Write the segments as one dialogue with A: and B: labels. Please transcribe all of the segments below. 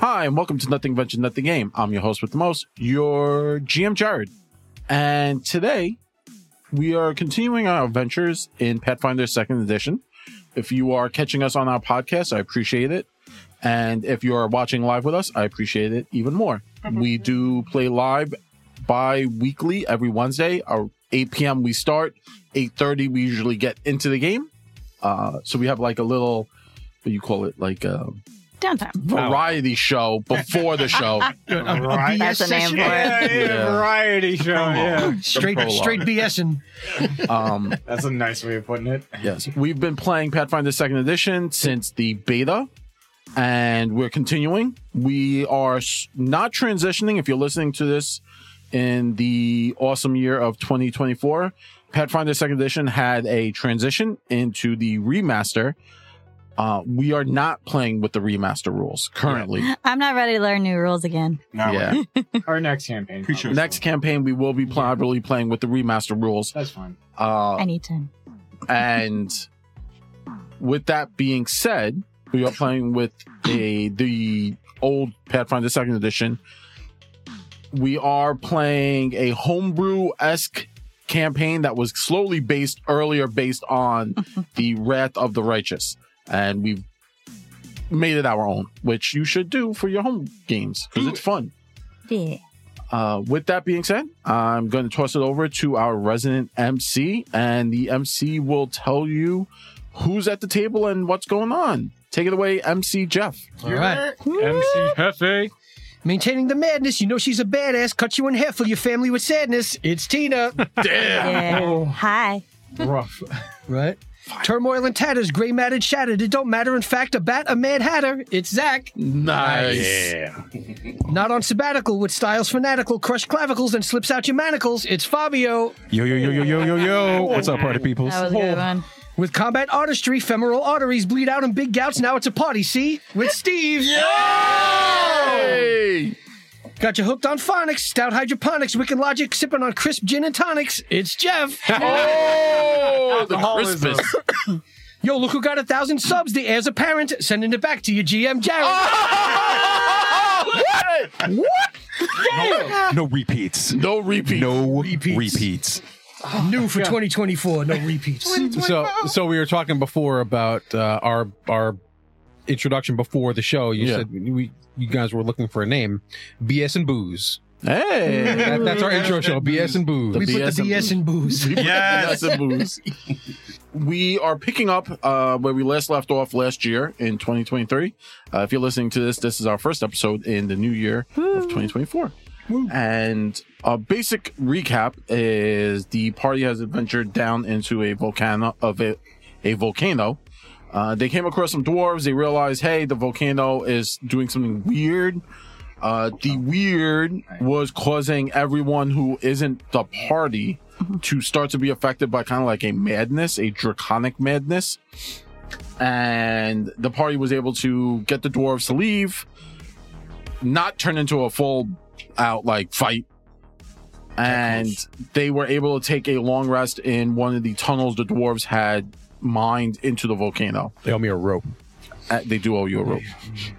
A: Hi, and welcome to Nothing Venture, Nothing Game. I'm your host with the most, your GM Jared. And today, we are continuing our adventures in Pathfinder 2nd Edition. If you are catching us on our podcast, I appreciate it. And if you are watching live with us, I appreciate it even more. We do play live bi weekly every Wednesday. Our 8 p.m. we start, 8.30 we usually get into the game. Uh, so we have like a little, what do you call it? Like um, a
B: Downtime.
A: variety show before the show.
C: Right.
B: That's a name for it.
C: Yeah, yeah,
A: Yeah.
C: variety show. Oh, Yeah,
D: straight
A: prologue.
D: straight BS and
A: um,
C: that's a nice way of putting it.
A: yes, we've been playing Pathfinder Second Edition since the beta, and we're continuing. We are s- not transitioning. If you're listening to this in the awesome year of 2024, Pathfinder Second Edition had a transition into the remaster. Uh, we are not playing with the remaster rules currently.
B: I'm not ready to learn new rules again.
C: No,
A: Yeah.
C: our next campaign.
E: Appreciate it.
A: Next campaign, we will be probably playing with the remaster rules.
C: that's fine.
A: Uh,
B: I need to.
A: And with that being said, we are playing with a the old Pathfinder Second Edition. We are playing a homebrew esque campaign that was slowly based earlier based on the Wrath of the Righteous, and we've made it our own, which you should do for your home games because it's fun.
B: Yeah.
A: Uh, with that being said, I'm going to toss it over to our resident MC, and the MC will tell you who's at the table and what's going on. Take it away, MC Jeff.
D: all right.
C: MC Hefe.
D: Maintaining the madness, you know she's a badass. Cut you in half, fill your family with sadness. It's Tina.
B: yeah. Hi.
C: Rough.
D: right? Turmoil and tatters, gray matted shattered. It don't matter. In fact, a bat, a mad hatter. It's Zach.
A: Nice.
D: Not on sabbatical with styles fanatical, crushed clavicles and slips out your manacles. It's Fabio.
E: Yo, yo, yo, yo, yo, yo, yo. What's up, party peoples?
B: That was a good one.
D: With combat artistry, femoral arteries bleed out in big gouts. Now it's a party, see? With Steve.
A: Hey!
D: Got you hooked on phonics, stout hydroponics, wicked logic, sipping on crisp gin and tonics. It's Jeff.
A: Oh, the
C: Alcoholism.
A: Christmas.
D: Yo, look who got a thousand subs. The heir's apparent. Sending it back to your GM, Jared.
F: Oh!
A: What?
E: No repeats.
A: No repeat.
E: No
D: Repeats.
E: repeats.
D: New for 2024. No repeats.
F: so so we were talking before about uh, our our introduction before the show. You
A: Yeah.
F: said we you guys were looking for a name, BS and booze.
A: Hey.
F: That, that's our intro show, BS and booze.
A: The
D: we put
A: BS
D: the
A: and
D: BS in booze.
E: Yes.
A: That's a boost. We are picking up uh, where we last left off last year in 2023. Uh, if you're listening to this, this is our first episode in the new year of 2024. And a basic recap is the party has adventured down into a volcano of a, a volcano. Uh, they came across some dwarves. They realized, hey, the volcano is doing something weird. Uh, the weird was causing everyone who isn't the party to start to be affected by kind of like a madness, a draconic madness. And the party was able to get the dwarves to leave, not turn into a full out like fight. And they were able to take a long rest in one of the tunnels the dwarves had mined into the volcano.
F: They owe me a rope.
A: Uh, They do owe you a rope.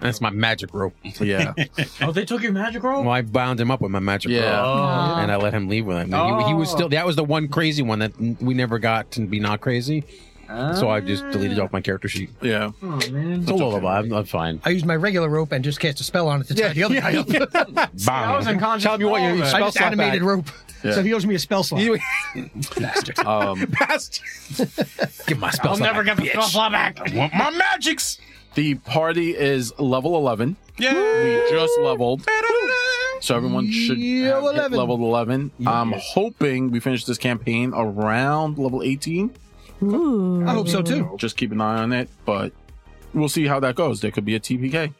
F: That's my magic rope.
A: Yeah.
C: Oh, they took your magic roll.
F: Well, I bound him up with my magic
A: Yeah.
F: rope.
B: Aw.
F: And I let him leave with him. He, he was still. That was the one crazy one that we never got to be not crazy. So I just deleted it off my character sheet.
A: Yeah.
C: Oh man,
F: It's a lullaby. I'm, I'm fine.
D: I used my regular rope and just cast a spell on it to tie the other guy up.
C: I was unconscious.
F: Tell me what
C: all
F: you
C: that.
D: I
F: spell
D: just
F: slot
D: animated
F: back.
D: rope.
A: Yeah.
D: So he owes me a spell slot.
F: You-
D: Bastard.
A: Um,
F: Give my spell.
C: I'll
F: slot
C: never get
F: back,
C: the
F: bitch.
C: spell slot back.
E: I want my magics.
A: the party is level 11.
E: Yeah.
A: We just leveled. So everyone should
D: Year
A: have hit
D: 11.
A: level 11. I'm hoping we finish this campaign around level 18.
B: Ooh.
D: I hope so too.
A: Just keep an eye on it, but we'll see how that goes. There could be a TPK.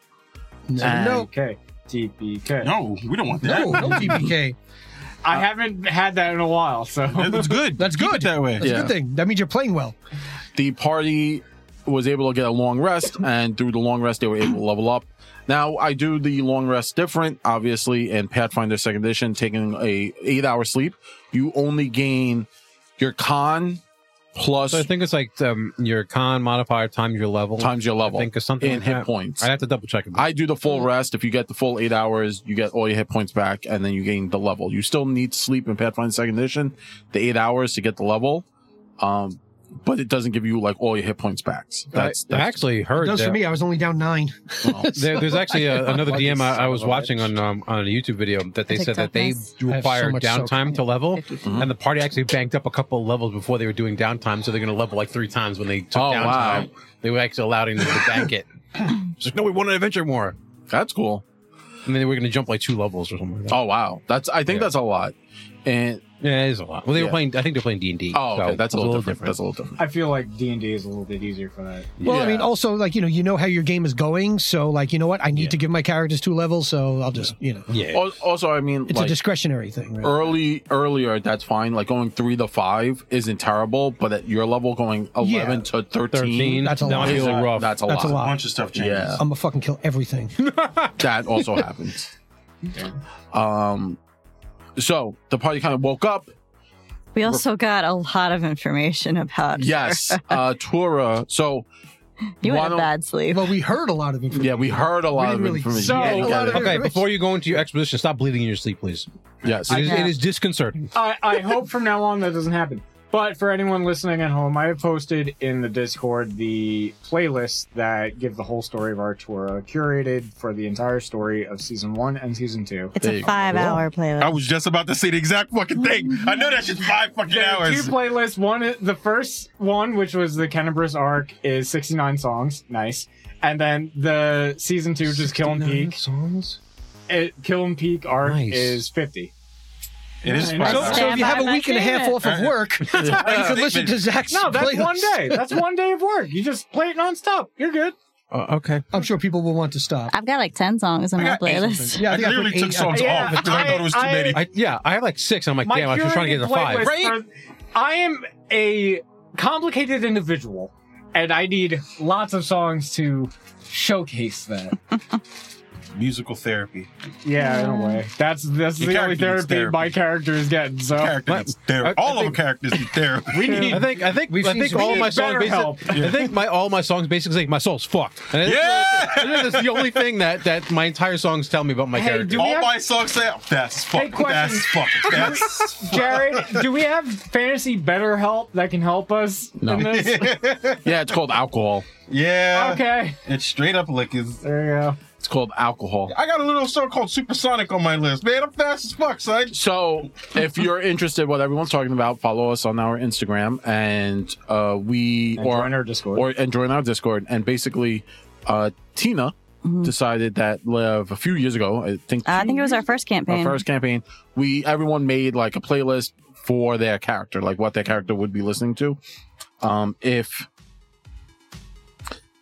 A: And-
D: No,
C: Okay. TPK.
E: No, we don't want that.
D: no, no TPK.
C: I haven't had that in a while, so
E: That's good.
D: That's
E: Keep it
D: good.
E: that way.
D: That's a
A: Yeah.
D: good thing. That means you're playing well.
A: The party was able to get a long rest, and through the long rest, they were able to level up. Now, I do the long rest different, obviously, in Pathfinder Second Edition, taking a eight hour sleep. You only gain your con plus
F: So I think it's like um, your con modifier times your level.
A: times your level
F: I think it's something
A: in
F: like
A: hit
F: that.
A: points.
F: I have to double check. it.
A: I do the full rest. If you get the full eight hours, you get all your hit points back, and then you gain the level. You still need to sleep in Pathfinder Second Edition, the eight hours to get the level, um, but it doesn't give you like all your hit points back. That's,
F: I, I
A: that's
F: actually heard
D: Those
F: that-
D: for me, I was only down nine.
A: well,
F: There, there's actually a, another
C: Fucking
F: DM I, I
C: son
F: was
C: of a
F: watching
C: bitch.
F: on um, on a YouTube video that they said that they
B: TikTokness.
D: I have so
F: require
D: much soak
F: downtime
D: on
F: to
D: it.
F: level,
B: 50.
F: and the party actually banked up a couple of levels before they were doing downtime, so they're going to level like three times when they took
A: Oh,
F: downtime.
A: wow.
F: They were actually allowing them to bank it. It's like, no, we want an adventure more,
A: that's cool.
F: and then they were going to jump like two levels or something. Like that.
A: Oh wow, that's I think
F: Yeah.
A: that's a lot. And
F: yeah, it is a lot. Well, they
A: Yeah.
F: were playing. I think they're playing D and D.
A: oh, okay, that's a little, different. That's a little different.
C: I feel like D and D is a little bit easier for that.
D: Well, I
A: Yeah.
D: mean, oh, also like you know, you know how your game is going, so like you know what, I need to give my characters two levels, so I'll just you know,
F: yeah.
A: Al- Also, I mean,
D: it's a
A: like,
D: discretionary thing. Right?
A: early earlier that's fine like going three to five isn't terrible but at your level going 11
D: Yeah.
A: to 13,
F: Thirteen.
D: That's a
F: That
D: lot.
F: might be little rough.
A: that's a
D: That's a
A: lot
E: A
D: lot.
E: bunch of stuff changes.
A: Yeah.
D: I'm gonna fucking kill everything.
A: that also happens um so the party kind of woke up
B: We also got a lot of information about.
A: yes uh tura so
B: You
A: why
B: had a
A: don't-
B: bad sleep.
D: well, we heard a lot of information.
A: yeah we heard a lot
D: didn't
A: of
D: really-
A: information
C: So-
A: Yeah, you got it.
F: Okay, before you go into your exposition, stop bleeding in your sleep, please.
A: yes
F: It is,
B: know.
F: it is disconcerting.
C: I, I hope from now on that doesn't happen. But for anyone listening at home, I have posted in the Discord the playlist that give the whole story of Artura, curated for the entire story of season one and season two.
B: It's
A: There
B: a
A: you go.
B: five-hour playlist.
E: I was just about to say the exact fucking thing. I know that shit's five fucking
C: There are
E: hours.
C: two playlists. One, is- the first one, which was the Kennebrus arc, is 69 songs. Nice. And then the season two, which is Kill and
F: 69
C: Peak,
F: songs.
C: it, Kill and Peak arc
F: Nice.
C: is 50.
E: It is
C: So-
E: five
D: So,
E: hours.
D: so if you
B: Stand
D: have
B: by
D: a
B: my
D: week and a half off
B: statement.
D: of work, you can listen to Zach's
C: No, that's
D: playlist.
C: one day. That's one day of work. You just play it nonstop. You're good.
F: Uh, okay.
D: I'm sure people will want to stop.
B: I've got like ten songs in
E: I
B: my
E: got eight
B: playlist.
D: Yeah,
E: I
D: I think I
E: literally
D: put
E: took
D: eight-
E: songs
C: Yeah,
E: off because I,
C: I-
E: thought it was too
C: I-
E: many.
F: I, yeah, I have like six. I'm like,
C: My
F: damn, I was just trying to
C: curated
F: get to five.
C: playlist for- I am a complicated individual, and I need lots of songs to showcase that.
E: Musical therapy.
C: yeah,
F: Mm.
C: in a way. That's that's the
E: Your character
C: only
E: needs
C: therapy,
E: therapy.
C: my character is getting. So
E: Character needs therapy.
F: I- I
E: All of our
F: think-
E: characters need therapy.
C: we need.
F: I think I think I
D: seen
F: think
D: some-
F: all
D: We
F: my
C: need
F: songs.
C: better help.
F: Basically, I think my all my songs basically like my soul's fucked. And I think-
E: Yeah!
F: I think that's the only thing that that my entire songs tell me about my
C: Hey,
F: character.
C: do we
E: All
C: have-
E: my songs say that's fucking
C: question.
E: that's fucking that's
C: Jared, do we have fantasy better help that can help us
A: No.
C: in this?
A: yeah it's called alcohol
E: yeah.
C: okay,
E: It's straight up like is.
C: there you go.
A: it's called alcohol
E: I got a little song called Supersonic on my list, man. I'm fast as fuck, son.
A: so if you're interested what everyone's talking about follow us on our instagram and uh we
C: And
A: or
C: join our Discord.
A: or and join our Discord. And basically, uh, Tina decided that uh, a few years ago, I think
B: Uh, Mm-hmm. I think it was our first campaign.
A: our first campaign, we everyone made like a playlist for their character, like what their character would be listening to. Um, if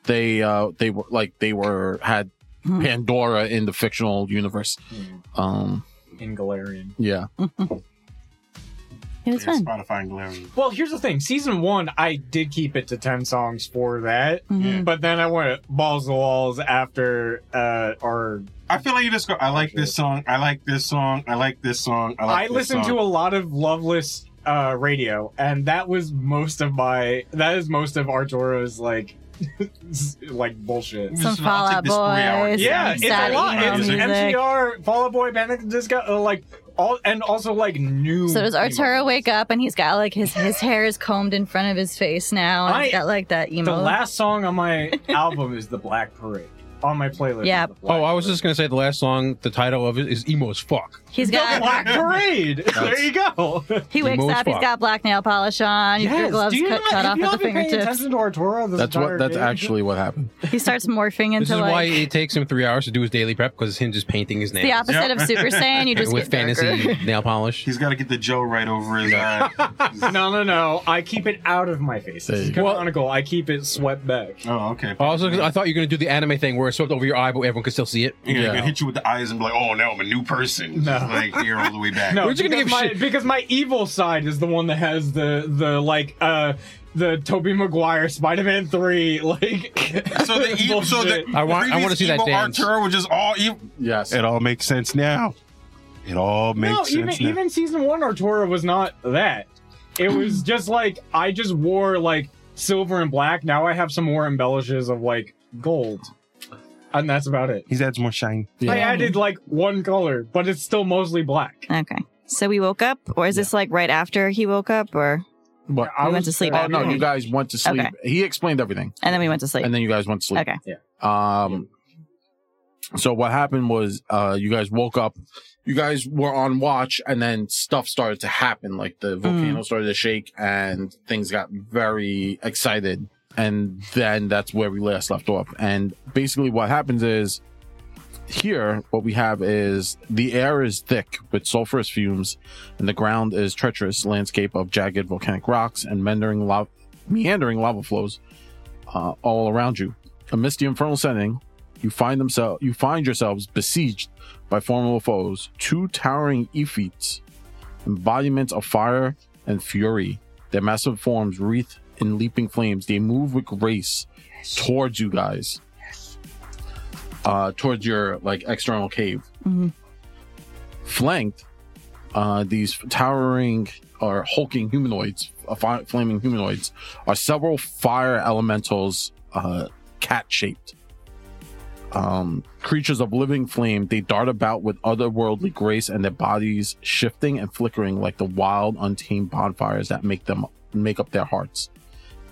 A: they uh, they were like they were had
B: Hmm.
A: Pandora in the fictional universe. Um,
C: in Galarian.
A: yeah,
B: It was fun.
E: Spotify and Glarian.
C: Well, here's the thing. Season one, I did keep it to ten songs for that,
B: Mhm.
C: but then I went balls to the walls after uh, our
E: I feel like you just go. I like this song. I like this song. I like this song. I like.
C: I listened to a lot of Loveless uh, radio, and that was most of my. That is most of Arturo's like, like bullshit.
B: Some Fall Out Boys.
C: Yeah, it's a
B: sad
C: lot.
B: emo
C: It's
B: music.
C: MGR, Fall Out Boy, Panic at the Disco, uh, like all, and also like new.
B: So does Arturo wake up and he's got like his his hair is combed in front of his face now and he's
C: I-
B: got like that
C: The
B: emo.
C: last song on my album is the Black Parade on my playlist. is
B: Yeah.
C: The Black
F: Oh, I was
C: Parade.
F: just gonna say the last song, the title of it is emo as fuck.
B: he's
C: The
B: got
C: Black Parade. there you go.
B: he wakes
F: emo as
B: up. He's
F: fuck.
B: got black nail polish on. He's got gloves
C: Do you
B: cut,
C: not-
B: cut
C: have
B: off
C: you
B: at
C: not
B: the
C: been paying
B: fingertips.
C: attention to Arturo this
A: that's what
C: entire
A: that's
C: game?
A: actually what happened.
B: He starts morphing into
F: This is
B: like
F: why it takes him three hours to do his daily prep because him just painting his nails
B: the opposite
E: Yep.
B: of Super Saiyan. You just
F: with
B: get darker.
F: fantasy nail polish.
E: He's got to get the Joe right over his eye.
C: No, no, no. I keep it out of my face. This is
A: There you go.
C: canonical. I keep it swept back.
E: oh, okay.
F: Also, I thought you were gonna do the anime thing where it swept over your eye, but everyone could still see it.
E: You're
A: Yeah.
E: gonna hit you with the eyes and be like, "Oh, now I'm a new person."
C: No.
E: like you're all the way back.
C: No,
F: We're just gonna
C: because
F: give
C: my,
F: shit-
C: because my evil side is the one that has the the like uh the Toby Maguire Spider Man three like.
E: So the evil, so the
C: Bullshit.
F: I want- I
E: previous
F: wanna see that
E: evil
F: dance.
E: Arturo was just all evil.
A: Yes,
E: It all makes sense now. It all makes
C: no, even
E: sense now.
C: even season one Arturo was not that. It was just like I just wore like silver and black. Now I have some more embellishes of like gold, and that's about it.
E: He adds more shine.
A: Yeah.
C: Oh, I added like one color, but it's still mostly black.
B: Okay. So we woke up, or is this like right after he woke up, or
A: But
C: I
B: we went
C: was-
B: to sleep?
A: oh
B: after
A: no,
B: he-
A: you guys went to sleep.
B: Okay.
A: He explained everything,
B: and then we went to sleep.
A: and then you guys went to sleep.
B: Okay.
A: Um, so what happened was, uh, you guys woke up, you guys were on watch, and then stuff started to happen. Like the volcano started to shake, and things got very excited. And then that's where we last left off. And basically, what happens is here, what we have is the air is thick with sulfurous fumes, and the ground is treacherous landscape of jagged volcanic rocks and meandering lava, meandering lava flows uh, all around you. A misty infernal setting, you find themselves you find yourselves besieged by formidable foes, two towering Ifits, embodiments of fire and fury. Their massive forms wreathed in leaping flames. They move with grace towards you guys. Uh, towards your like external cave.
B: Mhm.
A: Flanked, uh, these towering or hulking humanoids, uh, fi- flaming humanoids, are several fire elementals, uh, cat shaped. Um, creatures of living flame, they dart about with otherworldly grace and their bodies shifting and flickering like the wild, untamed bonfires that make them make up their hearts.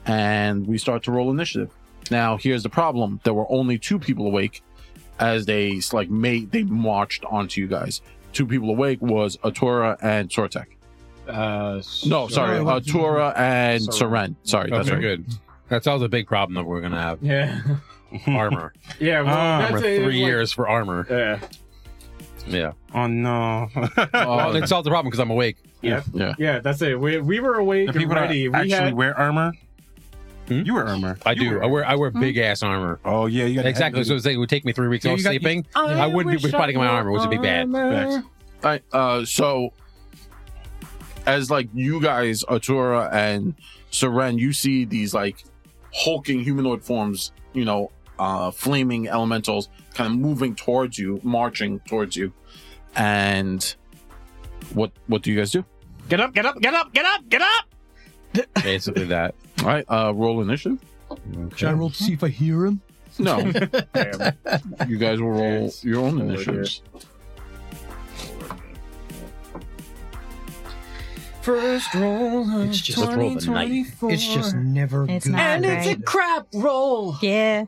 A: And we start to roll initiative. Now, here's the problem: there were only two people awake as they like made they marched onto you guys. Two people awake was Atura and Sortek.
C: Uh,
A: No, sorry, Atura and Seren. Sorry, that's
F: okay,
A: right.
F: good. That's always a big problem that we're gonna have.
C: Yeah,
F: Armor.
C: yeah. Well,
E: Ah,
C: that's
F: Armor.
C: it, it's
F: Three
C: like-
F: years for armor.
C: Yeah,
F: Yeah.
E: Oh no.
F: Well,
A: Uh,
F: it solved the problem because I'm awake.
C: yeah. That's it. We, we were awake
E: the
C: and
E: people that
C: ready.
E: actually
C: We had
E: wear armor.
F: Hmm?
E: You wear armor.
F: I
E: You
F: do.
E: wear-
F: I wear I wear big ass armor.
E: Oh yeah, you got
F: Exactly. So it would take me three weeks
E: Yeah,
F: of
E: you got-
F: sleeping. I wouldn't be fighting my armor. It was a big bad.
E: Facts.
A: Alright, uh, so as like you guys, Atura and Seren, you see these like hulking humanoid forms, you know, uh, flaming elementals kind of moving towards you, marching towards you. And what what do you guys do?
C: Get up! Get up! Get up! Get up! Get up!
F: Basically that.
A: All right, uh, roll initiative.
D: Should I roll to see if I hear him?
A: No,
C: Damn.
A: you guys will roll
C: Yes.
A: your own
C: Over
A: initiatives.
C: First roll of
D: It's just-
F: Let's roll the knife.
C: 2024.
D: It's just never
B: It's
D: good.
B: not
C: and it's a
B: Right.
C: crap roll.
B: Yeah.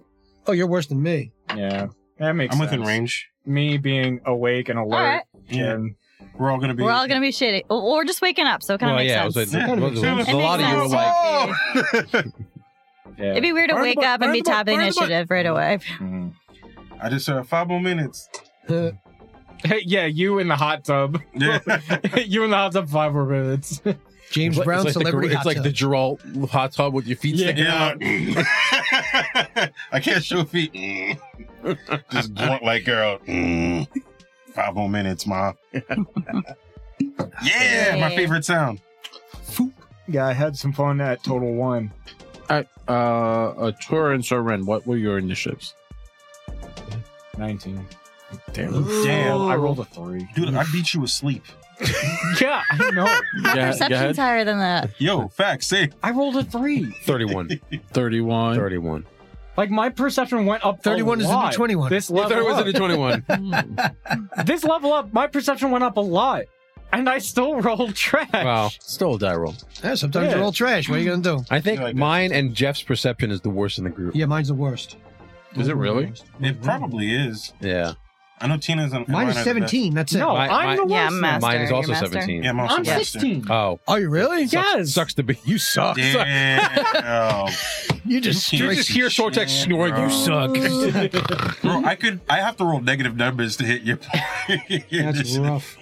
D: oh, you're worse than me.
C: Yeah, that makes.
E: I'm within
C: sense.
E: range.
C: Me being awake and alert.
B: All right.
E: Yeah,
C: and-
E: we're all gonna be.
B: We're all going to be shitty. Or- Or just waking up. So it kind of
F: Well,
B: makes
F: yeah. I
B: sense.
F: was like,
E: Yeah,
F: well,
E: makes
F: there was
E: sense.
F: a
B: It
F: lot
B: makes
F: of you were
B: sense.
F: like,
B: Oh!
C: yeah.
B: It'd be weird to
E: Burn the
B: wake
E: book,
B: up and
E: burn
B: be
E: the book,
B: top of
E: burn the book.
B: initiative right away.
C: Mhm.
E: I just uh, five more minutes.
D: Uh,
C: Hey, yeah, you in the hot tub.
E: Yeah.
C: you in the hot tub five more minutes.
D: James
F: it's
D: Brown
F: like the-
D: celebrity
F: It's
D: hot
F: like
D: tub.
F: the Geralt hot tub with your feet
C: Yeah.
F: sticking
E: Yeah.
F: out.
E: I can't show feet. Mm. Just blunt like girl. Mm. Five more minutes, ma. yeah, my
B: Yeah.
E: favorite sound.
C: yeah, I had some fun at Total One.
A: All right, uh, Atura and Seren, what were your initiatives?
C: 19.
A: Damn.
E: Damn,
C: I rolled a three.
E: Dude, I beat you asleep.
C: Yeah, I know.
B: My
A: Yeah,
B: perception's
A: yeah.
B: higher than that.
E: Yo, facts, eh? say.
C: I rolled a three.
F: 31.
A: 31.
F: 31.
C: Like my perception went up.
D: 31
C: a
D: is the new
C: lot.
D: 21.
C: This
F: Yeah,
C: level
F: there
C: up.
F: wasn't a 21.
C: this level up. My perception went up a lot, and I still rolled trash.
F: Wow. Still a die roll.
D: Yeah, sometimes
C: Yeah.
D: you're all trash. What are you gonna do?
F: I think
E: Like that.
F: mine and Jeff's perception is the worst in the group.
D: Yeah, mine's the worst.
A: Is it really?
F: Mm-hmm.
E: It probably is.
F: Yeah.
E: I know Tina's on.
D: Mine is
E: are the
D: 17. That's it.
C: No,
F: My-
C: I'm the worst.
B: Yeah, I'm
C: now.
B: Master,
F: mine is
B: you're
F: also
B: master.
F: 17.
E: best. Yeah,
C: I'm
E: also master.
C: 16.
F: Oh.
D: Are you really?
C: yes.
F: Sucks to be. You suck. Suck.
E: Damn.
D: You just
E: You
F: You
E: can't
F: just hear Sortex
E: Shit,
F: snoring.
E: bro.
F: You suck.
E: Bro, I could. I have to roll negative numbers to hit your. your
D: That's
E: initiative.
D: rough.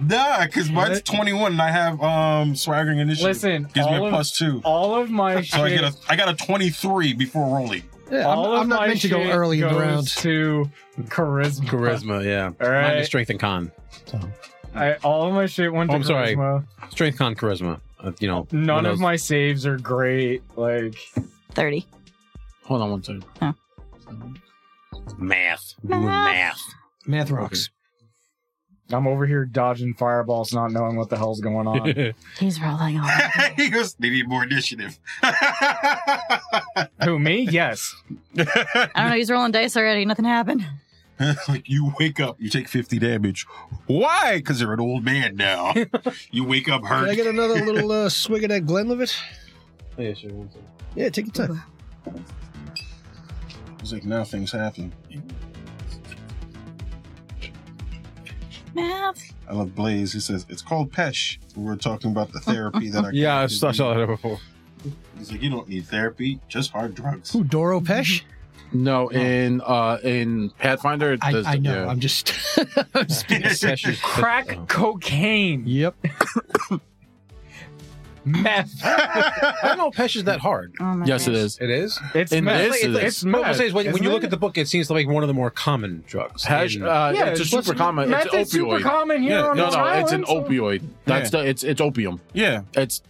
E: Nah, because mine's 21 and I have um swaggering initiative.
C: Listen,
E: gives me
C: all
E: a
C: of-
E: plus two.
C: All of my
E: So I
C: shit,
E: get a I got a 23 before rolling.
D: Yeah, I'm,
C: all of
D: I'm not
C: my
D: meant to go
C: shit
D: early in
C: goes
D: the round.
C: To charisma.
F: Charisma, yeah.
C: All
F: Mine
C: right.
F: is strength and con.
C: I, all of my shit went
F: Oh,
C: to
F: I'm sorry.
C: charisma.
F: Strength, con, charisma. Uh, you know. one
C: None of
F: those-
C: my saves are great. Like
B: 30.
A: Hold on one second.
F: Math. Doing math.
D: Math rocks.
C: I'm over here dodging fireballs, not knowing what the hell's going on.
B: He's rolling on.
E: he goes, they need more initiative.
C: Who me? Yes.
B: I don't know. He's rolling dice already. Nothing happened.
E: like you wake up, you take 50 damage. Why? Because you're an old man now. you wake up
D: Can I
E: hurt.
D: get another little uh, swig of that Glenlivet?
F: yeah, sure.
D: Yeah, take your time.
E: It's like nothing's happening.
B: Math.
E: I love Blaze. He says it's called Pesh. We were talking about the therapy that I
F: Yeah, I
E: gave
F: saw,
E: you.
F: saw that before.
E: He's like, you don't need therapy, just hard drugs.
D: Who, Doro Pesh?
A: Mm-hmm.
C: Oh.
A: No, in uh in Pathfinder, it
D: I,
A: does-
D: I know.
A: yeah.
D: I'm just. I'm just being a sec-
C: Crack cocaine.
D: yep.
C: Meth.
F: I don't know if Pesh is that hard.
B: Oh my
A: yes, it
B: gosh.
A: is.
F: It is?
C: It's
A: In
C: meth.
A: this,
C: it's,
A: it's-
C: it's
F: What
C: meth.
F: I'm saying is when, when you
C: isn't
F: look
C: it?
F: at the book, it seems like one of the more common drugs.
A: Hash,
F: in-
A: uh,
C: yeah,
A: it's a
C: what's-
A: super common.
C: Meth
A: It's
C: is super
A: opioid.
C: common here
E: Yeah,
C: on
A: no,
C: this
A: no, it's an
C: island, so-
A: opioid. That's the it's it's opium.
E: Yeah,
A: It's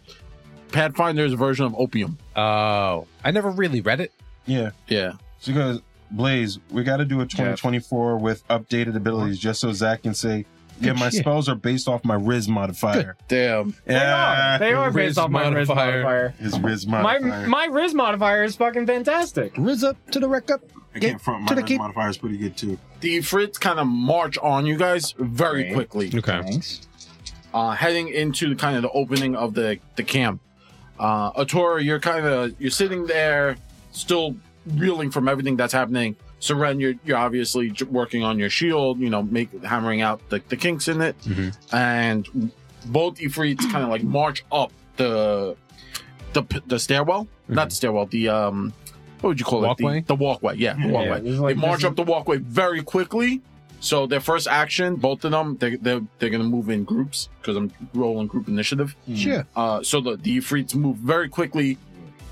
A: Pathfinder's version of opium.
F: Oh, I never really read it.
E: yeah.
A: Yeah.
E: So he goes, Blaze, we got to do a 2024 with updated abilities just so Zach can say, yeah,
D: Good
E: my
D: shit.
E: spells are based off my Riz modifier.
A: Damn.
C: They
E: Yeah.
C: are. They are
F: Riz
C: based off my Riz
F: modifier.
C: modifier.
E: His Riz
C: My
E: modifier.
C: my Riz modifier is fucking fantastic.
D: Riz up to the wreck up.
E: I can't front my
D: to the
E: Riz
D: keep-
E: modifier is pretty good too.
A: The Fritz kind of march on you guys very
C: Right.
A: quickly.
F: Okay.
C: Thanks.
A: uh, heading into kind of the opening of the the camp. Uh, Atora, you're kind of you're sitting there, still reeling from everything that's happening. Seren, you're you're obviously j- working on your shield, you know, make hammering out the, the kinks in it,
F: Mhm.
A: and both Ifrits kind of like march up the the p- the stairwell, not the stairwell, the um, what would you call
F: Walkway?
A: it? The, the walkway, yeah, the
E: Yeah,
A: walkway
C: this is like-
A: they
C: this
A: march
C: is-
A: up the walkway very quickly. So their first action, both of them, they, they're they're gonna move in groups because I'm rolling group initiative.
D: Sure.
A: Uh, so the the Ifrits move very quickly,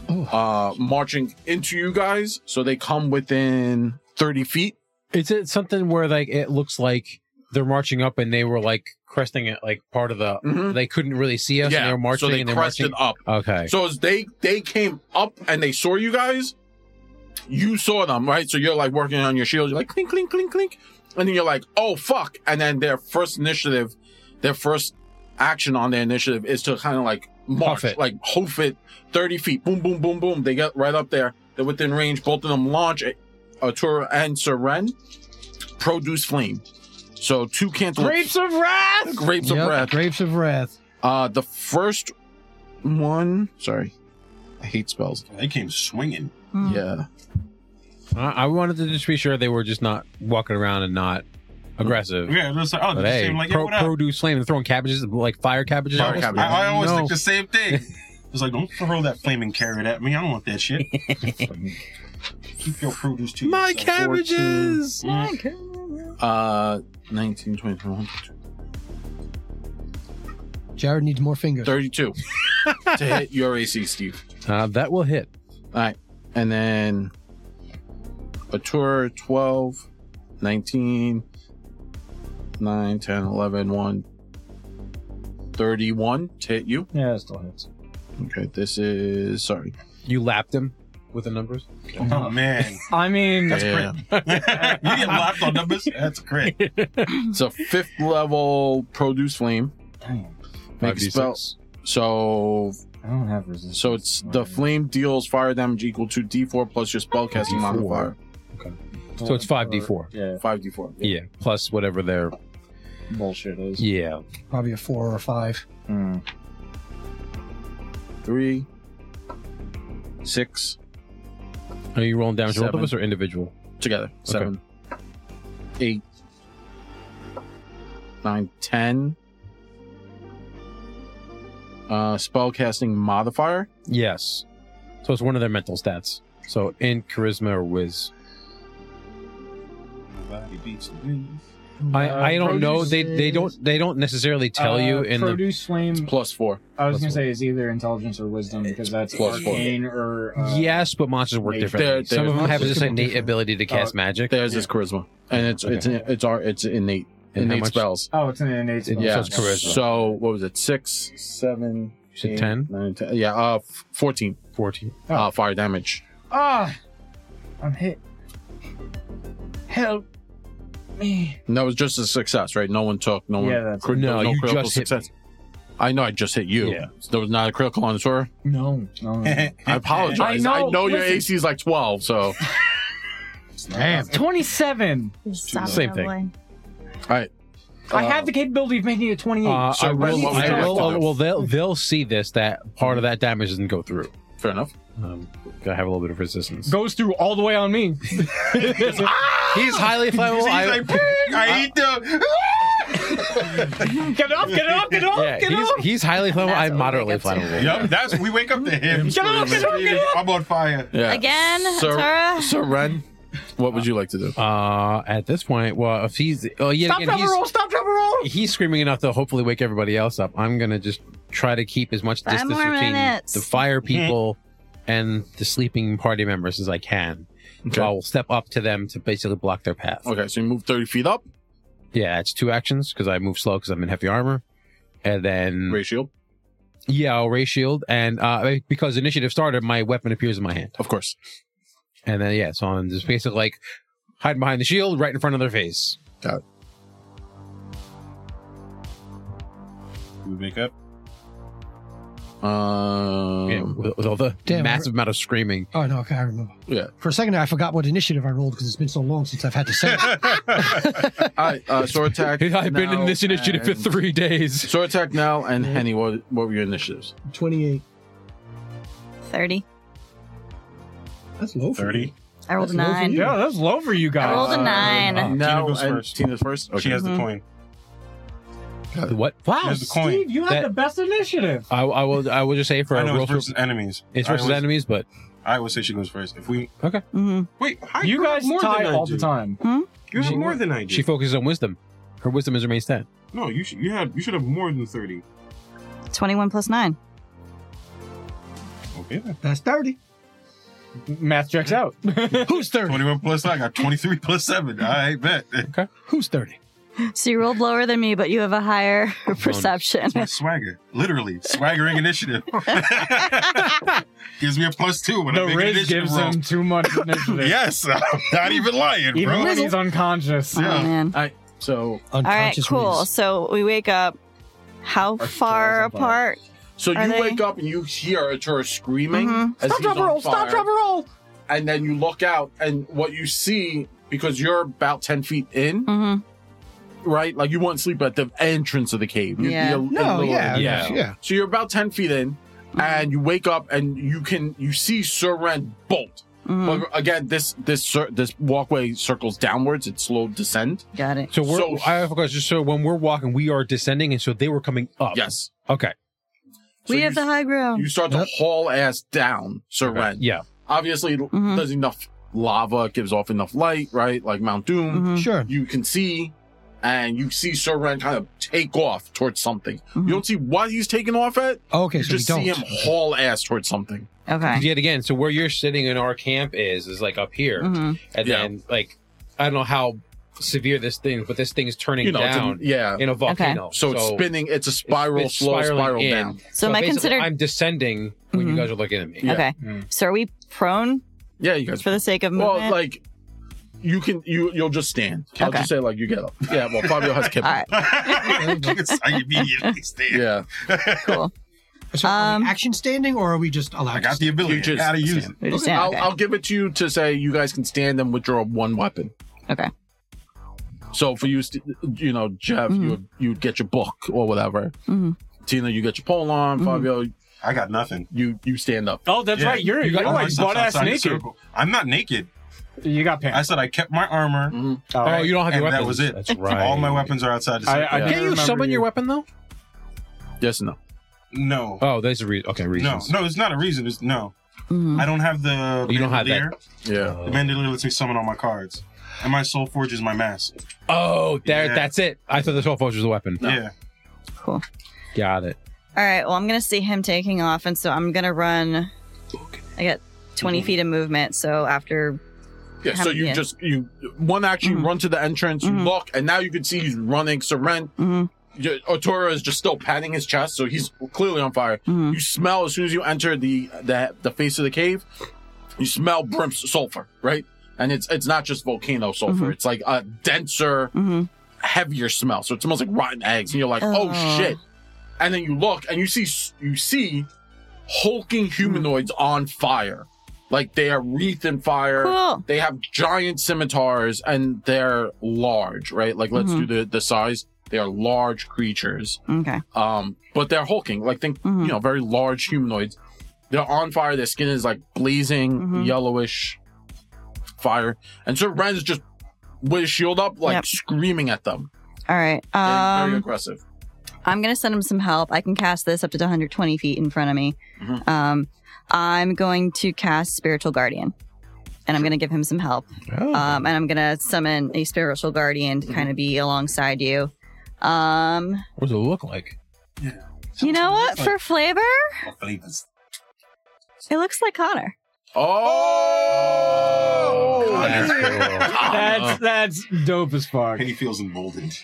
F: Oh.
A: uh, marching into you guys. So they come within thirty feet.
F: Is it something where like it looks like they're marching up and they were like cresting it like part of the
A: Mhm.
F: they couldn't really see us and they were marching
A: so they
F: and they're
A: crested
F: marching.
A: up.
F: Okay.
A: So as they they came up and they saw you guys, you saw them right. So you're like working on your shield. You're like clink clink clink clink, and then you're like oh fuck. And then their first initiative, their first action on their initiative is to kind of like march,
F: Huff it.
A: like hoof it thirty feet. Boom boom boom boom. They get right up there. They're within range. Both of them launch it. Atura and Seren produce flame. So two cantaloupe
C: Grapes of wrath.
A: grapes of
D: Yep,
A: wrath.
D: Grapes of Wrath.
A: Uh, the first one. Sorry, I hate spells.
E: They came swinging.
B: Mm.
A: Yeah,
F: I, I wanted to just be sure they were just not walking around and not aggressive.
E: Yeah, just like, oh, they
F: But
E: just
F: hey,
E: seem like,
F: pro-
E: yo, what up?
F: produce flame and throwing cabbages like fire cabbages.
A: Fire
F: almost.
A: cabbage.
E: I, I always
F: No.
E: think the same thing. It's like, don't throw that flaming carrot at me. I don't want that shit. Keep your produce to
F: My
E: yourself.
F: cabbages.
A: uh, 19, 20, 21,
D: Jared needs more fingers.
A: 32 to hit your AC, Steve.
F: Uh, that will hit.
A: All right, and then a tour 12, 19, 9, 10, 11, 1, 31 to hit you.
C: Yeah, it still hits.
A: Okay, this is sorry.
F: You lapped him with the numbers.
E: Oh man,
C: I mean,
A: yeah.
E: you get locked on numbers. That's great.
A: it's a fifth level produce flame.
C: Damn,
A: Make a
F: 5d6.
A: spell. So
C: I don't have resistance.
A: So it's the flame deals fire damage equal to D4 plus your spellcasting
F: D4.
A: modifier,
F: So it's 5d4.
C: Yeah,
A: five D4.
F: Yeah. Plus whatever their
C: bullshit is.
F: yeah.
D: Probably a four or a five.
C: Mm.
A: Three, six
F: Are you rolling damage to both of
A: Seven.
F: us or individual?
A: together, seven, eight, nine, ten. Uh, spellcasting modifier.
F: Yes. So it's one of their mental stats. So in charisma or whiz.
E: Nobody beats the wind.
C: Uh,
F: I, I don't know.
C: produce
F: They they
C: is-
F: don't they don't necessarily tell
C: Uh,
F: you in the
C: produce flame.
A: Plus four.
C: I was
F: plus
C: gonna
F: one.
C: say is either intelligence or wisdom because that's
A: plus four.
C: arcane or uh,
F: Yes, but monsters work
C: They're-
F: differently.
A: they're-
F: Some of them have
D: monsters
F: just
D: can
F: an
D: be
F: innate
D: different.
F: ability to cast magic.
A: There's his charisma, and it's it's
F: Okay.
A: it's our it's innate
F: And how
A: innate
F: much-
A: spells.
C: Oh, it's an innate. spell.
A: yeah.
F: it's charisma. Hmm?
A: So what was it? Six, seven,
F: You said
A: eight,
F: 10?
A: nine, 10. Yeah, uh, f- fourteen.
F: 14.
A: uh, fire damage.
C: Ah, I'm hit. Help! me.
A: And that was just a success, right? No one took. No
C: Yeah,
A: one.
C: that's-
A: crit-
F: No,
A: there was
F: you just hit
A: I know. I just hit you.
F: Yeah.
A: So there was not a critical on the tour.
C: No, no, no. no.
A: I apologize.
C: I
A: I
C: know,
A: know, your
C: listen.
A: AC is like twelve. So all
C: Damn, 27.
B: Stop
F: Same
B: that
F: thing.
B: one.
A: right.
C: I
A: Uh,
C: have the capability of making it 28.
F: Uh,
A: So
F: I
A: what
F: will,
A: would you
F: I
A: like
F: will,
A: to
F: uh,
A: do?
F: well, they'll they'll see this that part of that damage doesn't go through.
A: Fair enough.
F: Um, I have a little bit of resistance.
C: Goes through all the way on me. "Ah,
F: He's highly flammable.
E: He's
F: I-
E: like, "Pig, I eat the.
C: Get up, get up, get up,
F: yeah,
C: get
F: he's,
C: up.
F: he's highly flammable.
B: That's
F: I'm
B: what we
F: moderately
B: wake up to.
F: flammable.
E: Yep, that's we wake up to him.
C: Get up, get up, get up.
E: I'm on fire.
A: Yeah.
B: Again, Tara?
A: Sir Ren, what would you like to do?
F: Uh, at this point, well, if he's oh yeah,
C: Stop,
F: again,
C: drop, and
F: he's
C: roll, stop, drop, and roll.
F: he's screaming enough to hopefully wake everybody else up. I'm gonna just try to keep as much
B: Five
F: distance
B: more
F: between
B: minutes.
F: the fire people and the sleeping party members as I can.
A: Okay.
F: So I will step up to them to basically block their path.
A: Okay, so you move thirty feet up.
F: Yeah, it's two actions because I move slow because I'm in heavy armor, and then
A: Ray shield,
F: yeah, I'll ray shield, and uh, because initiative started, my weapon appears in my hand,
A: of course.
F: and then yeah, so I'm just basically like hiding behind the shield, right in front of their face.
E: We wake up. Oh.
A: Um,
F: Yeah, with, with all the
D: Damn,
F: massive amount of screaming.
D: Oh no, okay, I remember.
A: Yeah.
D: For a second, there, I forgot what initiative I rolled because it's been so long since I've had to say. it.
A: All right, uh, sword attack.
F: I've been
A: now
F: in this initiative for
A: and-
F: three days.
A: Sword attack now and Henny. What, what were your initiatives?
D: Twenty-eight.
B: 30.
D: That's low. for me.
E: Thirty.
B: I rolled a
D: That's low for
B: 9.
D: you.
C: Yo, that's low for you
B: I
C: guys.
B: rolled a
A: Uh,
B: 9.
E: uh,
A: now
E: Tina goes
A: and
E: first.
A: Tina's first. Okay.
E: She has
F: Mm-hmm.
E: the
B: Mhm.
E: coin.
F: The what?
C: Wow,
E: Here's the coin.
C: Steve, you had
F: That-
C: the best initiative.
F: I, I will. I will just say for
E: I
F: a
E: know
F: roll
E: it's
F: for
E: versus enemies.
F: it's
E: I
F: versus
E: always-
F: enemies, but
E: I always say she goes first. If we
B: hmm
E: wait, I
C: You
E: grew up
C: guys
E: more
C: tie
E: than I
C: all
E: do.
C: the time.
E: You have
F: She-
E: more than I do.
F: she focuses on wisdom. Her wisdom is remains ten.
E: no, you should. You have. You should have more than thirty.
B: 21 plus 9.
E: Okay, then.
D: That's thirty.
C: Math checks out.
D: Who's thirty?
E: twenty-one plus nine. I got twenty-three plus seven. I bet.
D: Who's thirty?
B: So you rolled lower than me, but you have a higher perception.
E: It's my swagger. Literally, swaggering initiative. gives me a plus two when
C: the
E: I make an
C: Riz
E: initiative
C: gives
E: roll.
C: him too much initiative.
E: Yes, I'm not even lying,
C: Even
E: bro.
C: when he's unconscious.
B: oh,
E: Yeah.
B: man.
A: All right, so
B: All right,
D: Unconscious
B: cool.
D: Riz.
B: So we wake up. How
C: Our
B: far
C: tails on fire.
B: apart?
A: so
B: Are
A: you
B: they-
A: wake up and you hear a tourist screaming.
B: Mhm.
A: as
C: Stop,
A: he's
C: drop, and
A: on
C: roll. Stop,
A: fire.
C: drop, and roll.
A: And then you look out, and what you see because you're about ten feet in,
B: Mm-hmm.
A: right? Like you wouldn't sleep at the entrance of the cave. You'd
B: Yeah.
A: a- a
D: No,
A: little-
D: yeah,
F: yeah.
D: yeah, yeah.
A: So you're about ten feet in,
B: Mm-hmm.
A: and you wake up and you can you see Sir Ren bolt.
B: Mhm.
A: But again, this this cir- this walkway circles downwards. It's slow descend.
B: Got it.
F: So we're
A: So-
F: I have a question. So when we're walking, we are descending, and so they were coming up.
A: Yes.
F: Okay.
A: So
B: we
A: you
B: have the
A: s-
B: high ground.
A: You start to
D: Yep.
A: haul ass down, Sir Ren.
F: Yeah.
A: Obviously,
B: Mhm.
A: there's enough lava, it gives off enough light, right? Like Mount Doom.
B: Mhm.
D: Sure.
A: You can see, and you see Sir Ren kind of take off towards something.
B: Mhm.
A: You don't see what he's taking off at.
D: Okay,
A: You
D: so we
A: just see him
D: don't.
A: haul ass towards something.
B: Okay.
F: Yet again, so where you're sitting in our camp is is like up here,
B: hmm
F: and
A: Yeah.
F: then like I don't know how severe this thing, but this thing is turning
A: You know, it's a-
F: down
A: yeah.
F: in a volcano.
A: So, it's spinning. It's a spiral,
F: it's
A: slow
F: spiraling
A: spiral
F: in.
A: down.
B: So, am I
F: basically,
B: considered.
F: I'm descending when
B: Mhm.
F: you guys are looking at me.
A: Yeah.
B: Okay.
E: Mm.
B: So are we prone
A: Yeah, you guys.
B: for the sake of
A: well,
B: movement?
A: like you can you you'll just stand. I'll
B: Okay.
A: just say like you get up. Yeah. Well, Fabio has kept.
B: All right.
E: I immediately stand.
A: Yeah.
B: Cool.
D: So are we
B: Um,
D: action standing, or are we just allowed?
E: I got
D: to
E: the ability.
A: You just
E: gotta use it.
A: stand.
B: We just stand.
A: I'll,
B: okay.
A: I'll give it to you to say you guys can stand and withdraw one weapon.
B: Okay.
A: So for you, st- you know, Jeff,
B: Mm-hmm.
A: you would you would get your book or whatever.
B: Mhm.
A: Tina, you get your pole on.
B: Mm-hmm.
A: Fabio,
E: I got nothing.
A: you you stand up.
C: Oh, that's
E: Yeah.
C: right. You're,
F: You
C: you
F: got
C: are
E: I'm
C: like
E: just
C: butt ass
E: outside the
C: naked.
E: circle. I'm not naked.
C: You got
E: I
C: pants.
E: said I kept my armor.
A: Mhm.
C: All
F: Oh,
C: right.
F: you don't have your
E: And
F: weapons.
E: that was it.
F: That's right.
E: All my weapons are outside the
C: I- I
E: circle.
F: Can
C: didn't
F: you
C: remember
F: summon
C: you.
F: your weapon though?
A: Yes and no.
E: no.
F: Oh, there's a reason. Okay,
E: no,
F: reasons.
E: no, it's not a reason. It's no.
B: Mhm.
E: I don't have the.
F: You don't have that.
E: bandolier.
A: Yeah.
E: The bandolier lets me summon all my cards, and my soul forge is my mask.
F: Oh, there.
E: Yeah.
F: That's it. I thought the soul forge was a weapon.
E: Yeah,
B: Cool.
F: Got it.
B: All right. Well, I'm going to see him taking off. And so I'm going to run. I got 20 feet of movement. So after.
A: Yeah. So
B: Haven't
A: you
B: yet.
A: just you one actually
B: Mhm.
A: run to the entrance. You
B: Mhm.
A: look, and now you can see he's running. Seren,
B: Mhm.
A: y- Otora is just still patting his chest, so he's clearly on fire.
B: Mhm.
A: You smell as soon as you enter the the the face of the cave. You smell brim's sulfur, right? and it's it's not just volcano sulfur.
B: Mm-hmm.
A: It's like a denser,
B: hmm
A: heavier smell. So it smells like rotten eggs, and you're like, oh,
B: Oh.
A: shit. And then you look and you see you see
B: Mm.
A: hulking humanoids on fire, like they are wreathed in fire.
B: Cool.
A: They have giant scimitars and they're large, right? Like let's
B: Mm-hmm.
A: do the the size. They are large creatures.
B: Okay.
A: Um, but they're hulking, like think
B: Mhm.
A: you know, very large humanoids. They're on fire. Their skin is like blazing
B: Mhm.
A: yellowish fire, and Sir Ren is just with his shield up, like
B: Yep.
A: screaming at them.
B: All right.
A: And very
B: Um,
A: aggressive.
B: I'm gonna send him some help. I can cast this up to 120 feet in front of me.
A: Mhm.
B: Um, I'm going to cast Spiritual Guardian, and I'm gonna give him some help. Um, and I'm gonna summon a Spiritual Guardian to kind of be alongside you. Um,
F: what does it look like?
B: you know what? For flavor,
E: flavors.
B: it looks like Connor.
A: Oh, Ah,
F: That's cool.
C: That's that's dope as fuck.
E: Penny feels emboldened.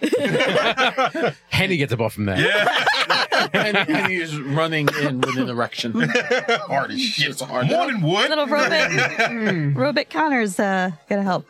F: Henny gets a buff from that.
E: yeah.
A: and, and he is running in with an erection.
E: hard as shit. It's hard.
A: More
E: More than wood.
B: Little robot, robot Connor's uh, gonna help.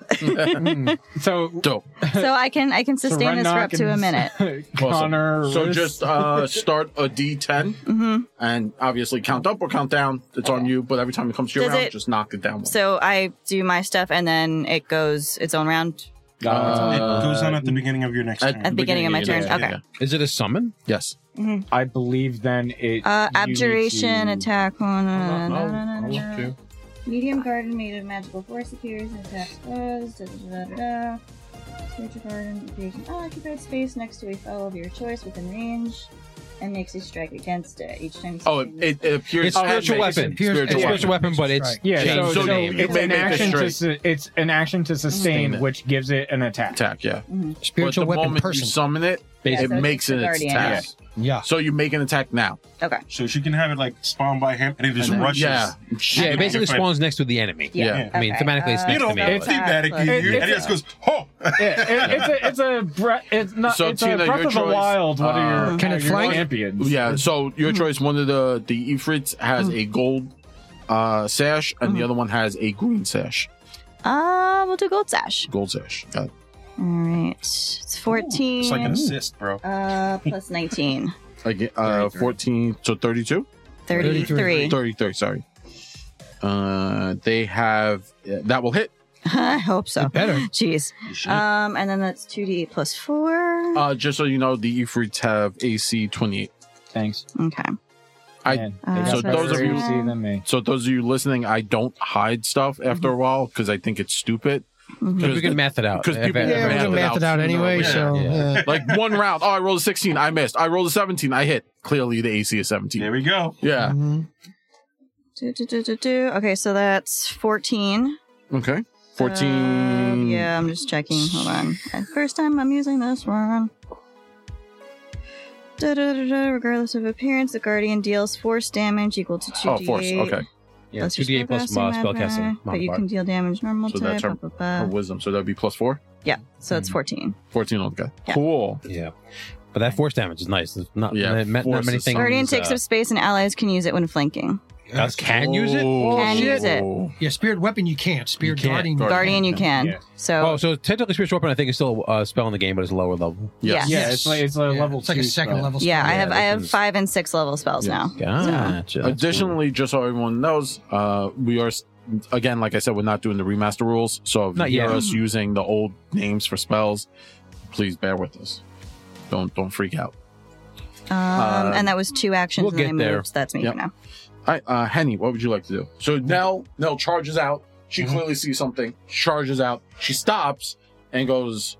C: So
A: Dope.
B: so I can I can sustain this for up to a minute.
C: Connor.
A: So
C: Riss-
A: just uh, start a D10
B: Mhm.
A: and obviously count up or count down. It's on you, but every time it comes to your
B: Does
A: round,
B: it-
A: just knock it down. one.
B: So I do my stuff, and then it goes its own round.
E: it
A: Uh,
E: goes on at the beginning of your next
A: at
E: turn.
B: the beginning of my
A: your
B: turn.
A: next
B: Okay.
F: Is it a summon?
A: Yes.
C: I believe then it.
B: Uh,
C: you need
B: abjuration,
C: to-
B: attack. oh, One,
A: two.
B: Medium garden made of magical force appears and attacks foes. Da, da, da, da, da. Search a garden, appears in unoccupied space next to a foe of your choice within range, and makes a strike against it each time.
A: Oh, it, it, it appears.
F: It's spiritual
A: Oh,
F: weapon.
A: Spiritual
F: it's spiritual weapon, but it's
C: Yeah,
F: changed
A: the
C: so, so
A: name. You
C: it's
A: may
C: an
A: make it
C: action to
A: straight.
C: su- it's an action to sustain,
A: it.
C: which gives it an attack.
A: attack. Yeah.
B: Mm-hmm.
F: spiritual
A: but the
F: weapon
A: moment
F: person.
A: you summon it,
B: Yeah,
A: it
B: so it's
A: makes
B: the
A: it its
B: guardian.
A: attack.
F: yeah.
A: So you make an attack now.
B: Okay.
E: So she can have it like spawned by him and it just
A: And then-
E: rushes.
A: Yeah.
F: Yeah, it
E: Yeah.
F: basically
E: Yeah.
F: spawns next to the enemy.
A: Yeah.
F: I mean, thematically, it's
E: Uh, You
F: next
E: know,
F: to me.
E: it's thematic.
B: It-
E: you-
C: it's-
E: and it just goes, oh,
C: Yeah, it- it's a it's a bre- it's not
A: So,
C: it's
A: Tina,
C: a Breath
A: your
C: of the
A: choice.
C: Wild. What are your,
A: Uh,
C: uh,
D: Can it
C: your
D: flank?
C: champions?
A: Yeah. So your choice. One of the the Ifrits has a gold uh, sash, and
B: Mm-hmm.
A: the other one has a green sash.
B: Uh, we'll do gold sash.
A: Gold sash. Uh, Got it.
B: All right. It's 14.
E: it's like an assist, bro.
B: uh, plus 19.
A: Again, uh, fourteen. So thirty-two.
B: 33.
A: 30, 30, Sorry. Uh, they have that will hit.
B: I hope so.
D: Better.
B: Jeez. Um, and then that's 2d8 plus 4.
A: Uh, just so you know, the Ifrits have AC twenty-eight.
C: Thanks.
B: okay.
A: I-
C: Man,
B: Uh,
C: they got
A: so
C: better
A: those of you-
C: AC than me.
A: So those of you listening, I don't hide stuff
F: Mm-hmm.
A: after a while because I think it's stupid.
B: Mhm.
F: Because we can math it out.
A: 'Cause people-
D: Yeah, we're
A: Math
D: gonna
A: it
D: math
A: out.
D: it out anyway.
A: Yeah.
D: So
F: Yeah.
D: yeah.
A: Like one round, oh, I rolled a sixteen, I missed. I rolled a seventeen, I hit. Clearly, the AC is
E: There
A: seventeen.
E: we go.
A: Yeah.
D: Mhm.
B: Do, do, do, do, do. Okay, so that's 14.
F: Mm-hmm.
A: Okay.
B: Um,
A: Fourteen.
B: yeah, I'm just checking. Hold on. Uh, First time I'm using this one. Da, da, da, da. Regardless of appearance, the guardian deals force damage equal to 2d8.
A: Oh, force. Okay.
F: Yeah,
B: your
F: 2d8 plus
B: spellcasting
F: mod spellcasting.
B: modifier, But you can deal damage normal
A: So
B: type.
A: that's our- Mm-hmm.
B: blah, blah,
A: Or
B: blah.
A: wisdom. So that'd be plus four.
B: Yeah, so it's 14.
A: 14 on the guy.
B: Yeah.
A: Cool.
F: Yeah. But that force damage is nice. There's Not,
A: Yeah,
F: not- not,
A: force
F: many
A: is-
F: things.
B: Guardian takes
F: uh,
B: up space and allies can use it when flanking.
F: us can use it.
A: Oh,
B: Can use it.
D: yeah, spirit weapon you can't. Spirit
F: can't.
D: guardian.
A: Guardian.
B: Guardian, you can.
C: Yeah.
B: So,
F: Oh, so technically, spiritual weapon I think is still a spell in the game, but it's lower level.
A: Yes.
C: Yeah,
D: Yes.
C: it's like it's a
D: Yeah,
C: level
D: It's like
C: two
D: a second
C: spell.
D: level.
B: yeah, I
F: Yeah,
B: have I
F: this
B: have
F: one's-
B: five and six level spells
A: Yeah.
B: now.
F: Gotcha. That's
A: Additionally, just so everyone knows, uh, we are, s- again, like I said, we're not doing the remaster rules. So if
F: Not
A: you
F: yet.
A: hear us using the old names for spells, please bear with us. Don't don't freak out.
B: Um, and that was two actions
F: we'll
B: and then
F: get
B: I moved.
F: there.
B: So that's me
A: Yep.
B: for now.
A: All right, uh, Henny, what would you like to do? So Nell, Nell charges out. She
F: Mm-hmm.
A: clearly sees something. Charges out. She stops and goes,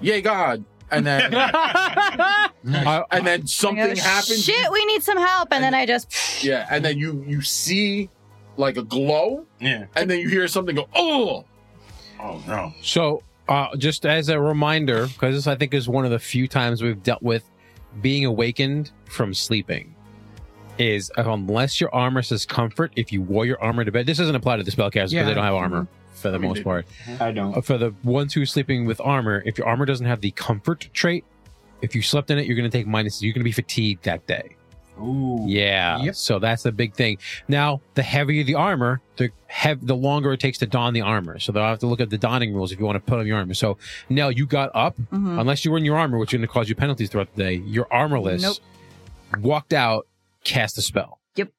A: "Yay, God!" And then
F: cool. I-
A: and then something
B: I go,
A: happens.
B: Shit, we need some help. And, then I just
A: Yeah, and then you you see like a glow,
E: Yeah.
A: and then you hear something go, "Oh!"
E: Oh, no.
F: So, uh, just as a reminder, because this I think is one of the few times we've dealt with being awakened from sleeping, is unless your armor says comfort, if you wore your armor to bed, this doesn't apply to the spellcasters because
D: Yeah.
F: they don't have armor for the
A: mean,
F: most
A: they-
F: part.
C: I don't.
F: Uh, For the ones who are sleeping with armor, if your armor doesn't have the comfort trait, if you slept in it, you're going to take minus. You're going to be fatigued that day.
E: Ooh.
F: Yeah.
C: Yep.
F: So that's the big thing. Now, the heavier the armor, the hev- the longer it takes to don the armor. So they'll have to look at the donning rules if you want to put on your armor. So now you got up,
B: Mm-hmm.
F: unless you were in your armor, which is going to cause you penalties throughout the day. You're armorless.
B: Nope.
F: Walked out, cast a spell.
B: Yep.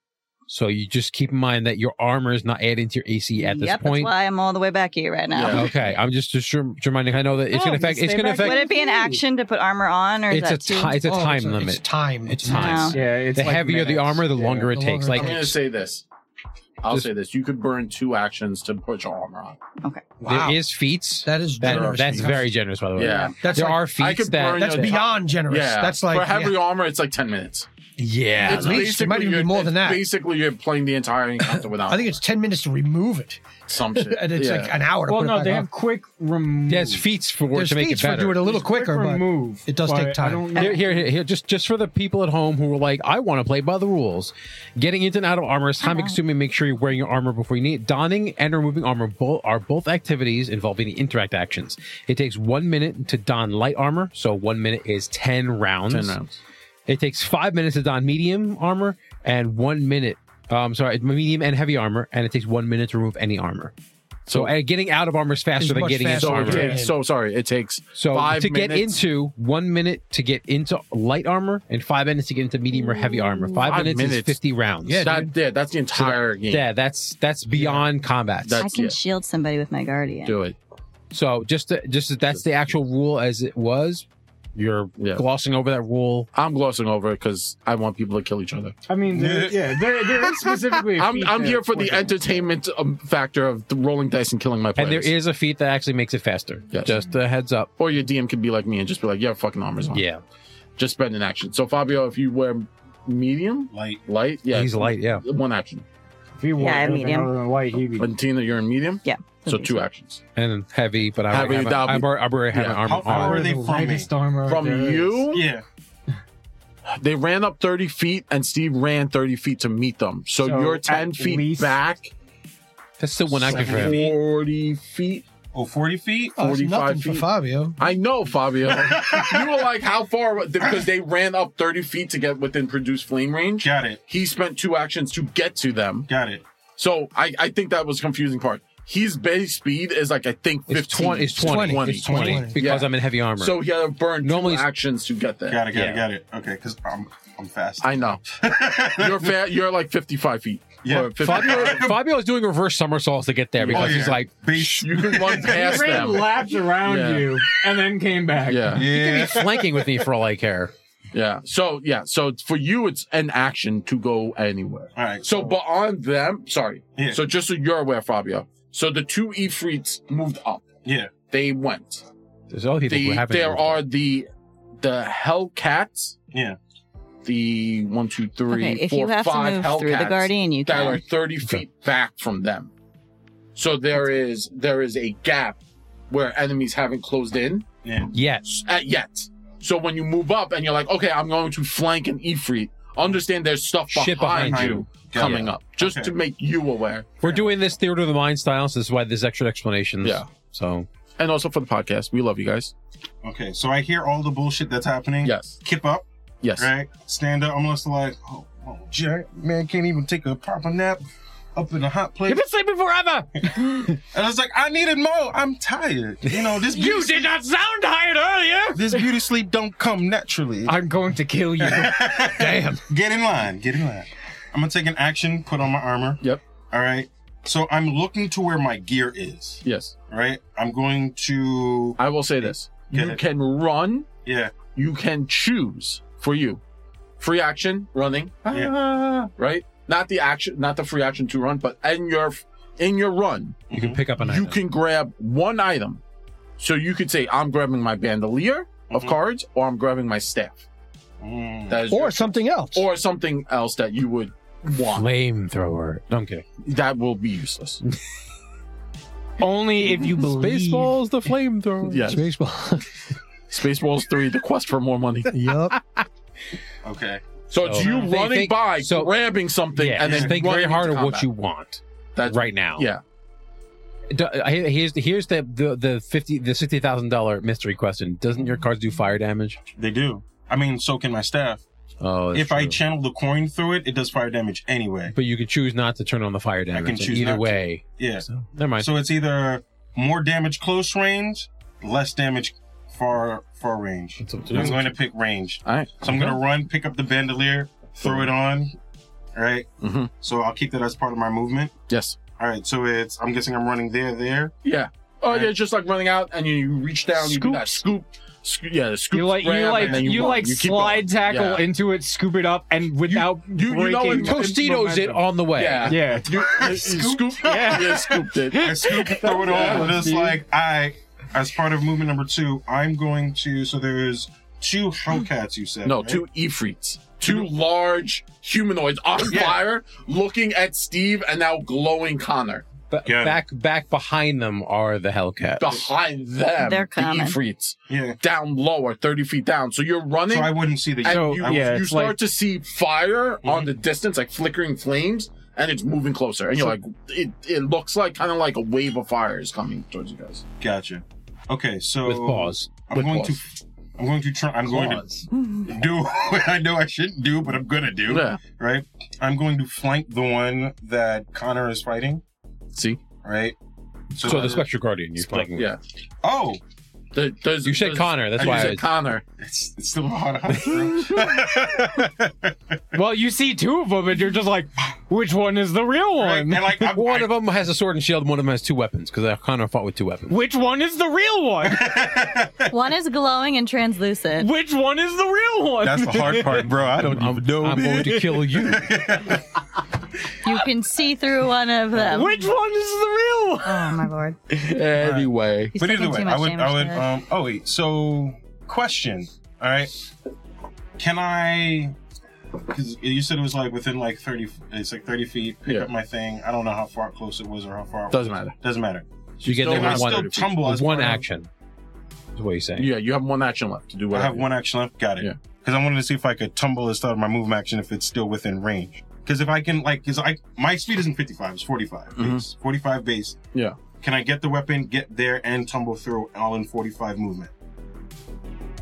F: So you just keep in mind that your armor is not adding to your AC at this
B: yep, that's
F: point.
B: why I'm all the way back here right now.
A: Yeah.
F: Okay, I'm just just rem- reminding. I know that it's
C: Oh,
F: gonna
C: you
F: affect. It's
C: stay
F: gonna
C: back
F: affect.
B: Would it be an action to put armor on, or is
F: It's a
B: that too?
F: ti- it's a
D: Oh,
F: time
D: it's a-
F: limit.
D: It's time.
F: It's time.
B: No.
C: Yeah, it's
F: the
C: like
F: heavier the
C: minutes.
F: armor, the
C: Yeah.
F: longer it
D: the
F: takes.
D: longer
F: Like
D: it
A: I'm gonna
D: it's-
A: say this. I'll
F: Just-
A: say this. You could burn two actions to put your armor on.
D: Wow.
F: there is feats.
D: that is
F: That-
D: generous.
F: that's very generous, by the way.
A: Yeah.
D: That's
F: there
D: like-
F: are
A: I
F: feats
A: could
F: that.
A: burn
D: That's
A: Yeah.
D: beyond generous.
A: Yeah.
D: That's like
A: for heavy
D: yeah.
A: armor, it's like ten minutes.
F: yeah.
D: It's- least. It might even be
A: you're-
D: more than that.
A: Basically, you're playing the entire encounter without.
D: I think it's ten minutes to remove it,
A: some shit.
D: and it's
A: yeah.
D: like an hour. To
C: Well,
D: put it
C: no,
D: back
C: they
D: on.
C: have quick remove.
F: There's feats for
D: There's
F: to make
D: feats
F: it
D: for
F: better.
D: do it a little
C: There's quick
D: quicker, but
C: remove,
D: it does
C: but
D: take time.
C: I don't know.
F: Here, here, here, here, just just for the people at home who are like, I want to play by the rules. Getting into and out of armor is
D: Uh-huh.
F: time consuming. Make sure you're wearing your armor before you need it. Donning and removing armor both are both activities involving the interact actions. It takes one minute to don light armor, so one minute is ten rounds.
A: ten rounds.
F: It takes five minutes to don medium armor and one minute. Um, sorry, medium and heavy armor, and it takes one minute to remove any armor. So uh, getting out of armor is faster
D: It's
F: than
D: much
F: getting
D: faster.
F: into
A: So,
F: armor.
A: it
D: Yeah.
A: takes, so sorry. It takes
F: So
A: five
F: to get
A: minutes-
F: into one minute to get into light armor and five minutes to get into medium or heavy armor. Five,
A: Five
F: minutes, is
A: minutes.
F: fifty rounds.
D: Yeah,
A: that, yeah, that's the entire game.
F: yeah, that's that's beyond combat.
A: That-
B: I
A: that's-
B: can
A: yeah.
B: shield somebody with my guardian.
A: Do it.
F: so just to, just that- that's the actual rule as it was. You're
A: Yeah.
F: glossing over that rule.
A: I'm glossing over it because I want people to kill each other.
C: I mean, there, yeah, there, there is specifically. a
A: I'm,
C: feat
A: I'm
C: that
A: here for the
C: we're doing.
A: entertainment um, factor of the rolling dice and killing my players.
F: And there is a feat that actually makes it faster.
A: Yes.
F: Just a heads up.
A: or your DM could be like me and just be like, "Yeah, fucking armor's on."
F: Yeah.
A: just spend an action. So Fabio, if you wear medium
E: Light.
A: light, yeah,
F: He's light, yeah.
A: one action.
C: If he wore
B: Yeah, I
C: everything
B: medium.
C: other than white, he'd be.
A: And Tina, you're in medium, so
B: Somebody's-
A: two actions
F: And heavy, but I
A: Heavy,
F: already have, a,
A: that'll be-
F: I already- I already have
A: Yeah.
F: an armor
E: How far
F: on.
E: are they
C: the
E: from
C: lightest armor
A: from
C: there is.
A: you.
E: Yeah.
A: They ran up thirty feet, and Steve ran thirty feet to meet them. So,
C: So
A: you're ten
C: at
A: feet
C: least-
A: back,
F: That's still one action for him.
A: forty feet.
E: Oh, 40 feet?
D: Oh, it's
A: 45
D: nothing for
A: feet.
D: Fabio.
A: I know, Fabio. you were like, how far? Because they ran up 30 feet to get within produced flame range.
E: Got it.
A: He spent two actions to get to them.
E: Got it.
A: So I, I think that was confusing part. His base speed is like, I think 15.
F: It's twenty. It's twenty. It's twenty,
D: Twenty.
F: because
A: Yeah.
F: I'm in heavy armor.
A: So he had to burn
F: Normally
A: Normally
F: it's-
A: actions to get there.
E: Got it. Got
F: Yeah.
E: it. Got it. Okay, because I'm, I'm fast.
A: I know. you're fa- You're like 55 feet.
E: Yeah.
A: Or 50
F: Fabio, Fabio is doing reverse somersaults to get there because
E: yeah.
F: he's like,
E: Base.
A: you can run
C: He
A: past
C: ran
A: them.
C: laps around
A: Yeah.
C: you and then came back.
A: Yeah.
E: Yeah.
F: flanking with me for all I care.
A: Yeah. So, yeah. So for you, it's an action to go anywhere.
E: All right.
A: So, but on them, sorry.
E: Yeah.
A: So, just so you're aware, Fabio. So the two Ifrits moved up.
E: Yeah.
A: They went.
F: There's other people who
A: The,
F: haven't.
A: there are the the Hellcats.
E: Yeah.
A: The one, two, three,
B: Okay, if
A: four,
B: you have to
A: five
B: move
A: Hellcats
B: through the guardian, you
A: that are
B: can.
A: thirty feet back from them. So there is there is a gap where enemies haven't closed in
E: Yeah.
F: Yes.
A: at yet. So when you move up and you're like, okay, I'm going to flank an Ifrit. Understand there's stuff
F: Shit
A: behind,
F: behind
A: you,
E: you. Got
A: coming
E: it.
A: up, just
E: Okay.
A: to make you aware.
F: We're doing this theater of the mind style, so this is why there's extra explanations.
A: Yeah.
F: So
A: and also for the podcast. We love you guys.
E: Okay, so I hear all the bullshit that's happening.
A: Yes,
E: Kip up,
A: yes.
E: right? Stand up. I'm just like, oh, oh Jack, man can't even take a proper nap up in a hot place.
F: been sleeping forever.
E: And I was like, I needed more. I'm tired. You know, this beauty,
F: did not sound tired earlier.
E: this beauty sleep don't come naturally.
C: I'm going to kill you.
E: Damn. Get in line. Get in line. I'm gonna take an action, put on my armor.
A: Yep.
E: All right. So I'm looking to where my gear is.
A: Yes.
E: Right. I'm going to.
A: I will say this.
E: Get
A: you
E: it.
A: can run,
E: Yeah.
A: you can choose for you. Free action, running. Ah, right? Not the action, not the free action to run, but in your in your run,
F: You can pick up an
A: you
F: item.
A: can grab one item. So you could say, I'm grabbing my bandolier of
E: Mhm.
A: cards, or I'm grabbing my staff.
E: Mm.
A: That is
D: Or
A: your-
D: something else.
A: or something else that you would want.
F: Flamethrower. No, I'm kidding.
A: That will be useless.
C: Only if you believe.
F: Baseball's the flamethrower.
A: Yes. Spaceballs 3, the quest for more money.
D: yep.
E: okay.
A: So it's
F: So-
A: you
F: Think-
A: running
F: think-
A: by,
F: so-
A: grabbing something,
F: yeah,
A: and then
F: think very
A: running
F: hard
A: into
F: at what
A: combat.
F: you want
A: That's
F: right now.
A: Yeah.
F: Do- I- Here's here's the the, the fifty the sixty thousand dollar mystery question. Doesn't your cards do fire damage?
E: They do. I mean, so can my staff.
F: Oh, that's
E: if I
F: true.
E: channel the coin through it, it does fire damage anyway.
F: but you can choose not to turn on the fire
E: can
F: damage. and
E: choose
F: either
E: not to.
F: way.
E: Yeah.
F: So, never mind.
E: So it's either more damage close range, less damage far far range.
F: It's up to
E: I'm
F: you.
E: going to pick range.
A: All right.
E: So I'm gonna run, pick up the bandolier, throw it on. All right.
A: Mhm.
E: So I'll keep that as part of my movement.
A: Uh-huh. Yes.
E: All right. So it's I'm guessing I'm running there, there.
A: Yeah. Oh,
E: Right.
A: yeah, just like running out and you, you reach down, you do
C: Scoop.
A: that scoop. scoop yeah, the scoop.
C: You like you
A: grab,
C: like
A: and then
C: you,
A: run.
C: like
A: keep going.
C: slide tackle
A: Yeah.
C: into it, scoop it up, and without
A: you- you know
C: breaking
A: in
F: Tostitos it
C: momentum.
F: on the way.
A: Yeah.
C: Yeah,
A: You, you, you
E: Scoop.
A: scooped, yeah. scooped it.
E: I scoop, throw it on, and it's like I, as part of movement number two, I'm going to. So there's two Hellcats. You said
A: No,
E: right?
A: two Ifrits. Two large humanoids on fire looking at Steve and now glowing Connor.
F: Ba-
E: Yeah.
F: Back back behind them are the Hellcats.
A: Behind them,
B: They're
A: the
B: coming.
A: Ifrits.
E: Yeah.
A: Down lower, 30 feet down. So you're running.
E: So I wouldn't see the.
A: and
C: So,
A: you,
C: yeah,
A: you
C: it's
A: start
C: like-
A: to see fire
E: Mhm.
A: on the distance, like flickering flames, and it's moving closer. And you're like, it, it looks like kind of like a wave of fire is coming towards you guys.
E: Gotcha. Okay. So
F: with paws.
E: I'm
A: With
E: going
A: paws.
E: to. I'm going to try. I'm going
C: Claws.
E: to do what I know I shouldn't do, but I'm gonna do.
A: Yeah.
E: Right. I'm going to flank the one that Connor is fighting.
A: See?
E: Right.
F: So, the Spectre Guardian you're playing with.
A: Yeah.
E: Oh,
A: There- there's-
F: You said
A: there's-
F: Connor. That's
A: you
F: why. I
A: said Connor.
E: it's, it's still a hard hunt.
C: Well, you see two of them, and you're just like, which one is the real
E: Right,
C: one?
E: and like I'm,
F: one
E: I-
F: of them has a sword and shield. One of them has two weapons because I kind of fought with two weapons.
C: Which one is the real one?
B: One is glowing and translucent.
C: which one is the real one?
E: That's the hard part, bro. I don't
F: I'm,
E: even know.
F: I'm going to kill you.
B: You can see through one of them.
C: Which one is the real one?
B: Oh my lord.
A: Anyway.
B: He's
E: but either
B: taking
E: way,
B: too
E: I
B: much
E: would,
B: damage
E: I would.
B: to it.
E: Um, oh wait, so question. All right, can I? Because you said it was like within like thirty. It's like thirty feet. Pick
A: Yeah.
E: up my thing. I don't know how far close it was or how far. It
A: Doesn't
E: was.
A: matter.
E: Doesn't matter.
F: You get
E: So
F: there
E: I
F: with
E: still
F: one,
E: tumble
F: with
E: as
F: one
E: part of-
F: action. Is what you're saying?
A: Yeah, you have one action left to do
E: I
A: whatever.
E: have one action left. Got it.
A: Yeah.
E: Because I wanted to see if I could tumble as part of my movement action if it's still within range. Because if I can, like, because I my speed isn't fifty five, it's forty
A: Mhm.
E: base, forty five base.
A: Yeah.
E: Can I get the weapon, get there, and tumble through all in forty five movement?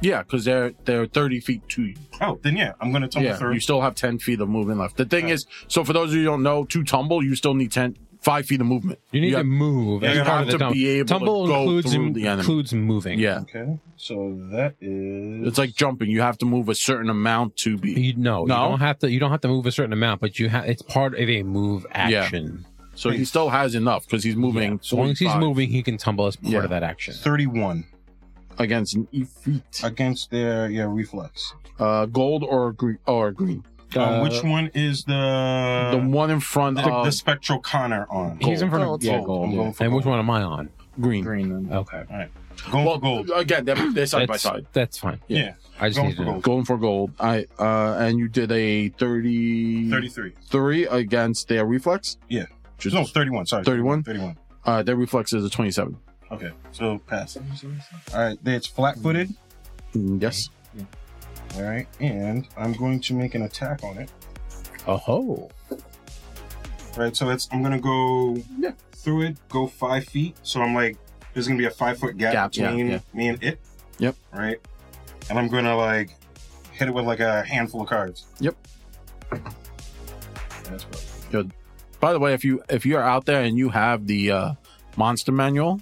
A: Yeah, because they're they're thirty feet to you.
E: Oh, then yeah, I'm gonna tumble
A: yeah,
E: through.
A: you still have ten feet of movement left. The thing
E: Okay.
A: is, so for those of you who don't know, to tumble, you still need ten five feet of movement.
F: You need
A: Yeah.
F: to move.
E: Yeah,
F: as
E: you
F: part
E: have
F: of the
A: to
F: tum-
A: be able to
F: tumble
A: go
F: includes
A: through the enemy.
F: includes moving.
A: Yeah,
E: Okay, so that is.
A: it's like jumping. You have to move a certain amount to be.
F: You
A: No?
F: no, you don't have to. You don't have to move a certain amount, but you have. It's part of a move action.
A: So he still has enough because he's moving.
F: As long as he's
A: 45
F: moving, he can tumble as part
A: Yeah.
F: of that action.
E: thirty-one
A: against an Ifrit,
E: against their yeah reflex.
A: uh, gold or green or green.
E: um, which one is the
A: Uh,
F: Uh,
A: the one uh, in front
E: the,
A: of
E: the spectral Connor on?
C: He's in front
B: Gold.
C: of yeah,
E: Gold. I'm
C: gold.
E: going
C: yeah.
E: for
F: And which
E: gold.
F: one am I on?
A: green.
C: Green. Then.
F: Okay,
E: Going
A: Well,
E: for gold.
A: again, they're, they're side by
F: that's,
A: side.
F: That's fine.
E: Yeah,
F: I just
E: Going
F: need
E: for
F: to know.
E: gold.
A: Going for gold. I uh, and you did a 30,
E: thirty-three.
A: 33 against their reflex.
E: Yeah.
A: Just,
E: no, thirty-one. Sorry,
A: 31?
E: Thirty-one.
A: uh, their reflex is a twenty-seven.
E: Okay, so pass. All right, it's flat-footed.
A: Mm, Yes.
E: All right, and I'm going to make an attack on it.
F: Oh ho!
E: Right, so it's I'm gonna go
A: Yeah.
E: through it, go five feet. So I'm like, there's gonna be a five foot gap,
A: Gap, yeah,
E: between
A: yeah.
E: me and it.
A: Yep.
E: Right, and I'm gonna like hit it with like a handful of cards.
A: Yep.
E: That's what.
A: By the way, if you if you're out there and you have the uh, monster manual,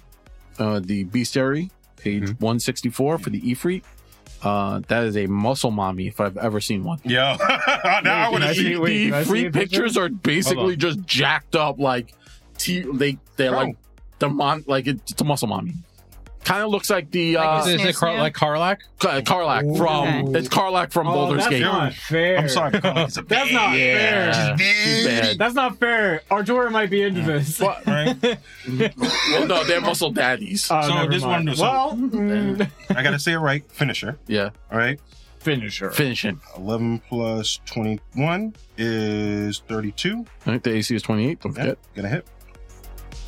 A: uh, the bestiary, page
F: Mhm.
A: 164 for the Ifrit, uh, that is a muscle mommy if I've ever seen one.
E: Yeah, now I
C: Wait,
E: would
C: I
E: have
C: see-
E: seen.
A: the
C: wait,
A: the
C: can I see
A: Ifrit
C: a picture?
A: pictures are basically just jacked up, like te- they they're
E: Oh.
A: like the mon like it's a muscle mommy. Kind of looks like the uh,
B: Like
F: is it
B: Snare,
F: Car-
B: snare.
F: like Karlak?
A: Ka- Karlak
C: Ooh.
A: from
C: Okay.
A: it's Karlak from
C: Oh,
A: Boulder's
C: that's
A: Gate.
C: not fair.
E: I'm sorry, but it's a
C: That's not
A: Yeah,
C: fair.
A: she's bad.
C: That's not fair. Artura might be into this.
A: But-
E: right.
A: well, Oh, no, they're muscle daddies.
C: Oh,
E: So
C: never
E: this
C: mind.
E: one- so-
C: well, mm,
E: I gotta say it right. Finisher.
A: Yeah,
E: All right.
C: finisher.
A: finish it.
E: 11 plus 21 is 32.
A: I think the AC is 28. Don't
E: Yeah,
A: forget.
E: Gonna hit.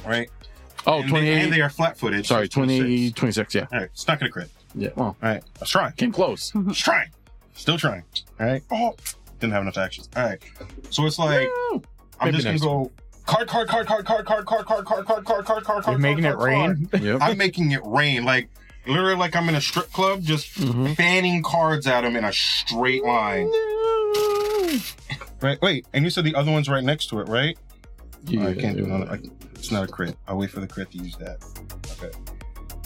E: All right.
A: Oh,
E: and
A: 28.
E: They, and they are flat footed.
A: Sorry, 20, 26, yeah.
E: All right. It's not gonna crit.
A: Yeah. Well,
E: All right. I was trying.
A: came close.
E: I was trying. Still trying. All right. Oh, didn't have enough actions. All right. So it's like, I'm
F: Maybe
E: just gonna
F: next
E: go card, card, card, card, card, card, card, card, card, card, card, card, card,
C: You're
E: card.
C: making it
E: card, card.
C: rain.
A: Yep.
E: I'm making it rain. Like, literally, like I'm in a strip club, just
A: Mhm.
E: fanning cards at him in a straight line. Right. Wait, and you said the other one's right next to it, right? Oh,
A: Yeah,
E: I can't do it. on- I, it's not a crit. I'll wait for the crit to use that. Okay.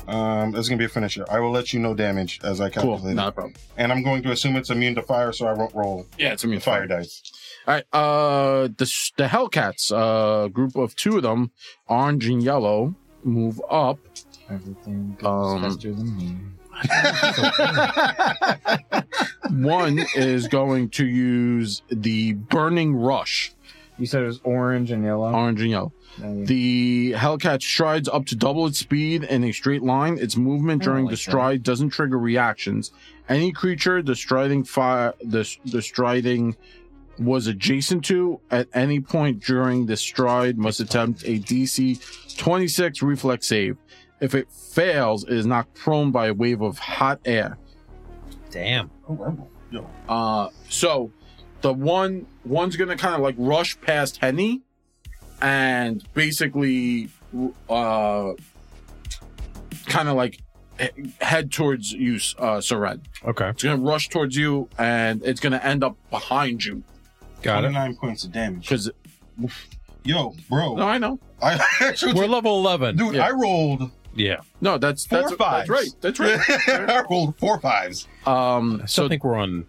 E: Um, that's gonna be a finisher. I will let you know damage as I
A: Cool,
E: calculate it.
A: not a problem.
E: and I'm going to assume it's immune to fire, so I won't roll
A: Yeah, it's immune
E: the
A: to
E: fire dice.
A: All right. Uh, the sh- the Hellcats, uh, group of two of them, orange and yellow, move up.
C: Everything goes
A: Um,
C: faster than me.
A: One is going to use the Burning Rush,
C: You said it was orange and yellow.
A: orange and yellow.
C: Now you-
A: The Hellcat strides up to double its speed in a straight line. Its movement
C: I
A: during
C: like
A: the stride doesn't trigger reactions. Any creature the striding fire the, the striding was adjacent to at any point during the stride must attempt a DC 26 reflex save. If it fails, it is knocked prone by a wave of hot air.
F: Damn.
E: Oh, rebel. Yo.
A: Uh, so the one one's gonna kind of like rush past Henny and basically uh kind of like he- head towards you, uh, Seren.
F: Okay.
A: It's gonna rush towards you and it's gonna end up behind you
F: Got it.
E: 29 points of damage.
A: because
E: Yo, bro.
A: no, I know.
E: I actually,
F: We're level 11.
E: dude,
A: Yeah.
E: I rolled
F: Yeah.
A: No, that's
E: four
A: that's,
E: fives.
A: that's right. That's right.
E: I rolled four fives.
A: um,
F: I still
A: so
F: think we're on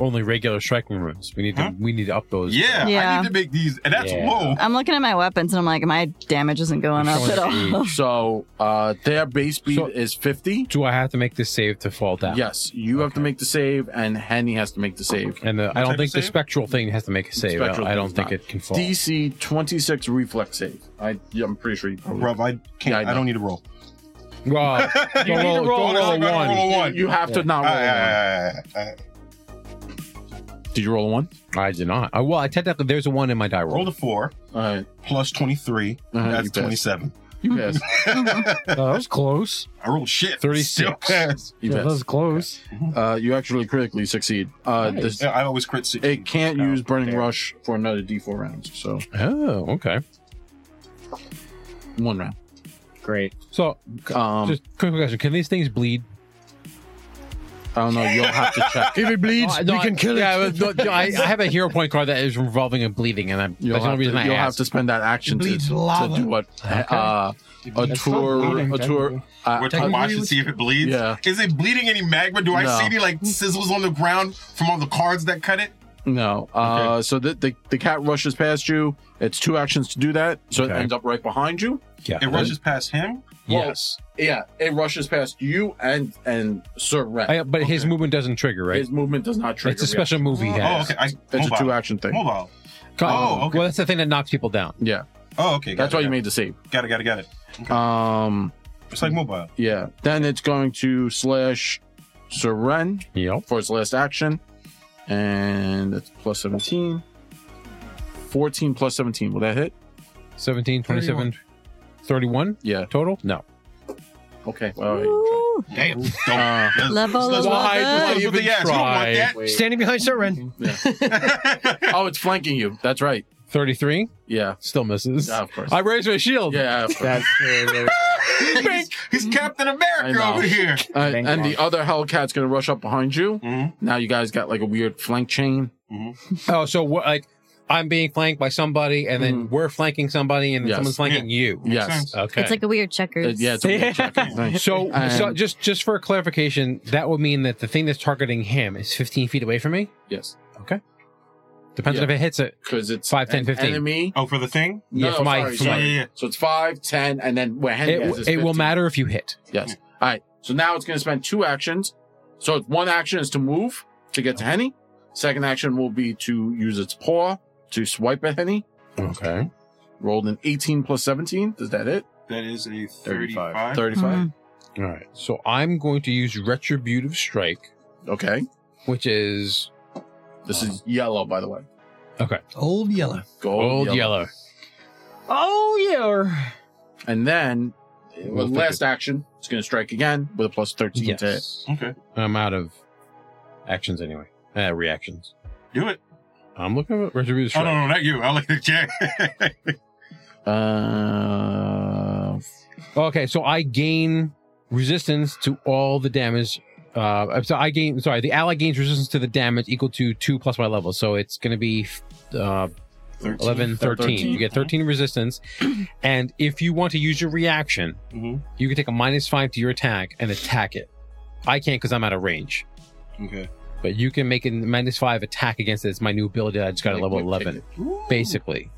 F: only regular striking runes. We need
E: Huh?
F: to we need to up those.
E: Yeah, I
G: Yeah.
E: need to make these, and that's
F: Yeah.
E: low.
G: I'm looking at my weapons and I'm like, my damage isn't going up at all.
A: so uh, their base speed
F: So-
A: is fifty.
F: Do I have to make this save to fall down?
A: Yes, you have to make the save, and Henny has to make the save.
F: And the, I
E: type
F: don't
E: of
F: think the
E: save?
F: spectral thing has to make a save. I
A: Spectral
F: don't, I don't
A: does
F: think
A: not.
F: it can fall.
A: DC 26 reflex save. I, yeah, I'm pretty sure you probably.
E: Rob, I can't.
A: Yeah, I
E: I,
A: know.
E: don't need to roll.
F: Well, uh, don't
E: You need to
F: roll,
E: roll
F: don't roll a
E: another
F: one.
E: roll.
A: You, you have to not roll.
E: Ah,
A: a one.
E: ah, ah, ah,
A: Did you roll a one?
F: I did not. I, well, I technically there's a one in my
E: ah.
F: die roll.
E: Rolled a four
A: All right.
E: plus 23.
A: Uh-huh, you
E: that's
A: passed.
E: 27.
A: You passed.
C: Oh, that was close.
E: I rolled shit.
F: 36.
E: Still passed.
A: You
C: Yeah, that
A: passed.
C: was close.
A: Uh, you actually critically succeed. Uh,
C: Nice.
A: this,
E: Yeah, I always crit six.
A: it can't
E: Oh,
A: use Burning
E: damn.
A: Rush for another D4 rounds. So
F: Oh, okay.
A: one round.
C: Great.
F: So,
A: Um,
F: just quick question: Can these things bleed?
A: I don't know. You'll have to check.
D: If it bleeds,
F: Oh, no,
D: we can
F: I-
D: kill
F: yeah,
D: it.
F: but no, I, I have a hero point card that is revolving and bleeding, and I'm,
A: You'll,
F: that's the
A: have
F: only
A: to,
F: reason I
A: you'll have
F: asked.
A: to spend that action to,
D: Bleeds
A: to
D: lava.
A: do what? Uh, a
C: That's not
A: tour.
C: bleeding,
A: A tour.
C: technically.
A: Uh,
E: We're
A: uh,
E: to watch and see if it bleeds.
A: Yeah.
E: Is it bleeding any magma? Do I
A: No.
E: see any like sizzles on the ground from all the cards that cut it?
A: No. Uh, So the, the the cat rushes past you. It's two actions to do that. So it
F: Okay.
A: ends up right behind you.
F: Yeah.
E: It rushes past him. Oh,
A: Well,
F: Yes,
A: Yeah, it rushes past you and and Sir Ren.
F: I, but his
E: Okay.
F: movement doesn't trigger, right?
A: His movement does not trigger.
F: it's a special move he
E: Oh,
F: has.
E: okay. I,
A: reaction. It's
E: mobile.
A: a two action thing.
E: Mobile.
F: Come-
E: Oh, okay.
F: Well, that's the thing that knocks people down.
A: Yeah,
E: Oh, okay.
A: that's why you
E: mean.
A: made the save.
E: Got it. Got it. Got it.
A: Um,
E: It's like mobile.
A: yeah. Then it's going to slash Sir Ren
F: Yep.
A: for its last action, and that's plus seventeen. Fourteen plus seventeen. Will that hit?
F: 17, 27, 31,
A: Yeah.
F: total? No.
A: Okay. All right.
G: Ooh,
E: Damn. Don't.
A: Uh,
E: That's-
G: level
E: that's-
G: of
F: why-
G: lava.
E: that's what
F: even
E: they asked. You don't
C: Wait.
D: Standing behind Sir Ren.
E: want that.
A: oh, it's flanking you. That's right.
F: 33?
A: Yeah.
F: Still misses.
A: Yeah, of course.
F: I raised my shield.
A: Yeah. of course.
C: That's true.
E: he's, he's Captain
A: I
E: America
A: know.
E: over here.
A: Uh,
C: Thank
A: and
C: you.
A: the other Hellcat's gonna rush up behind you. Now you guys got like a weird flank chain.
F: Oh, so what, like I'm being flanked by somebody, and then we're flanking somebody, and then
A: Mm. Yes.
F: someone's flanking you.
A: Yes.
F: Okay.
G: It's like a weird
A: Uh,
G: checkers.
A: yeah, it's a weird
C: Yeah.
A: check. Nice.
F: so,
A: Um,
F: so just just for clarification, that would mean that the thing that's targeting him is 15 feet away from me.
A: yes,
F: Depends on
A: Yeah.
F: if it hits it.
A: because it's
F: 5, 10,
A: an
F: 15.
A: enemy.
E: Oh, for the thing?
F: Yeah, for my-
A: sorry,
F: for
E: Yeah,
F: my-
A: sorry.
E: yeah, yeah.
A: So it's five, ten, and then where Henry
F: It,
A: is, is
F: it will
A: 15.
F: matter if you hit.
A: Yes. All right. So now it's going to spend two actions. So it's one action is to move to get to Henny. Second action will be to use its paw to swipe at Henny.
F: Okay.
A: Rolled an 18 plus 17. Is that it?
E: That is a
A: 35.
E: 35.
A: 35.
F: Mm-hmm. All right. So I'm going to use retributive strike,
A: Okay.
F: which is
A: This is yellow, by the way.
D: Old Yeller.
A: Gold,
F: old yellow.
C: oh yeah.
A: And then uh,
F: We'll
A: with
F: figure-
A: last action, it's going to strike again with a plus 13 to hit.
F: Yes.
E: Okay.
F: I'm out of actions anyway. Uh, reactions.
E: Do it.
F: I'm looking at retributive
E: Oh,
F: strike.
E: no, no, not you. I like the Jack.
A: Uh,
F: Okay, so I gain resistance to all the damage Uh, so I gain. Sorry, the ally gains resistance to the damage equal to two plus my level. So it's going to be uh,
E: 13.
F: 11, 13. You get 13 resistance. And if you want to use your reaction,
E: Mhm.
F: you can take a minus five to your attack and attack it. I can't because I'm out of range.
E: Okay.
F: But you can make a minus five attack against it. It's my new ability. that I just got at level
A: Like, what
F: 11,
A: pick
F: basically.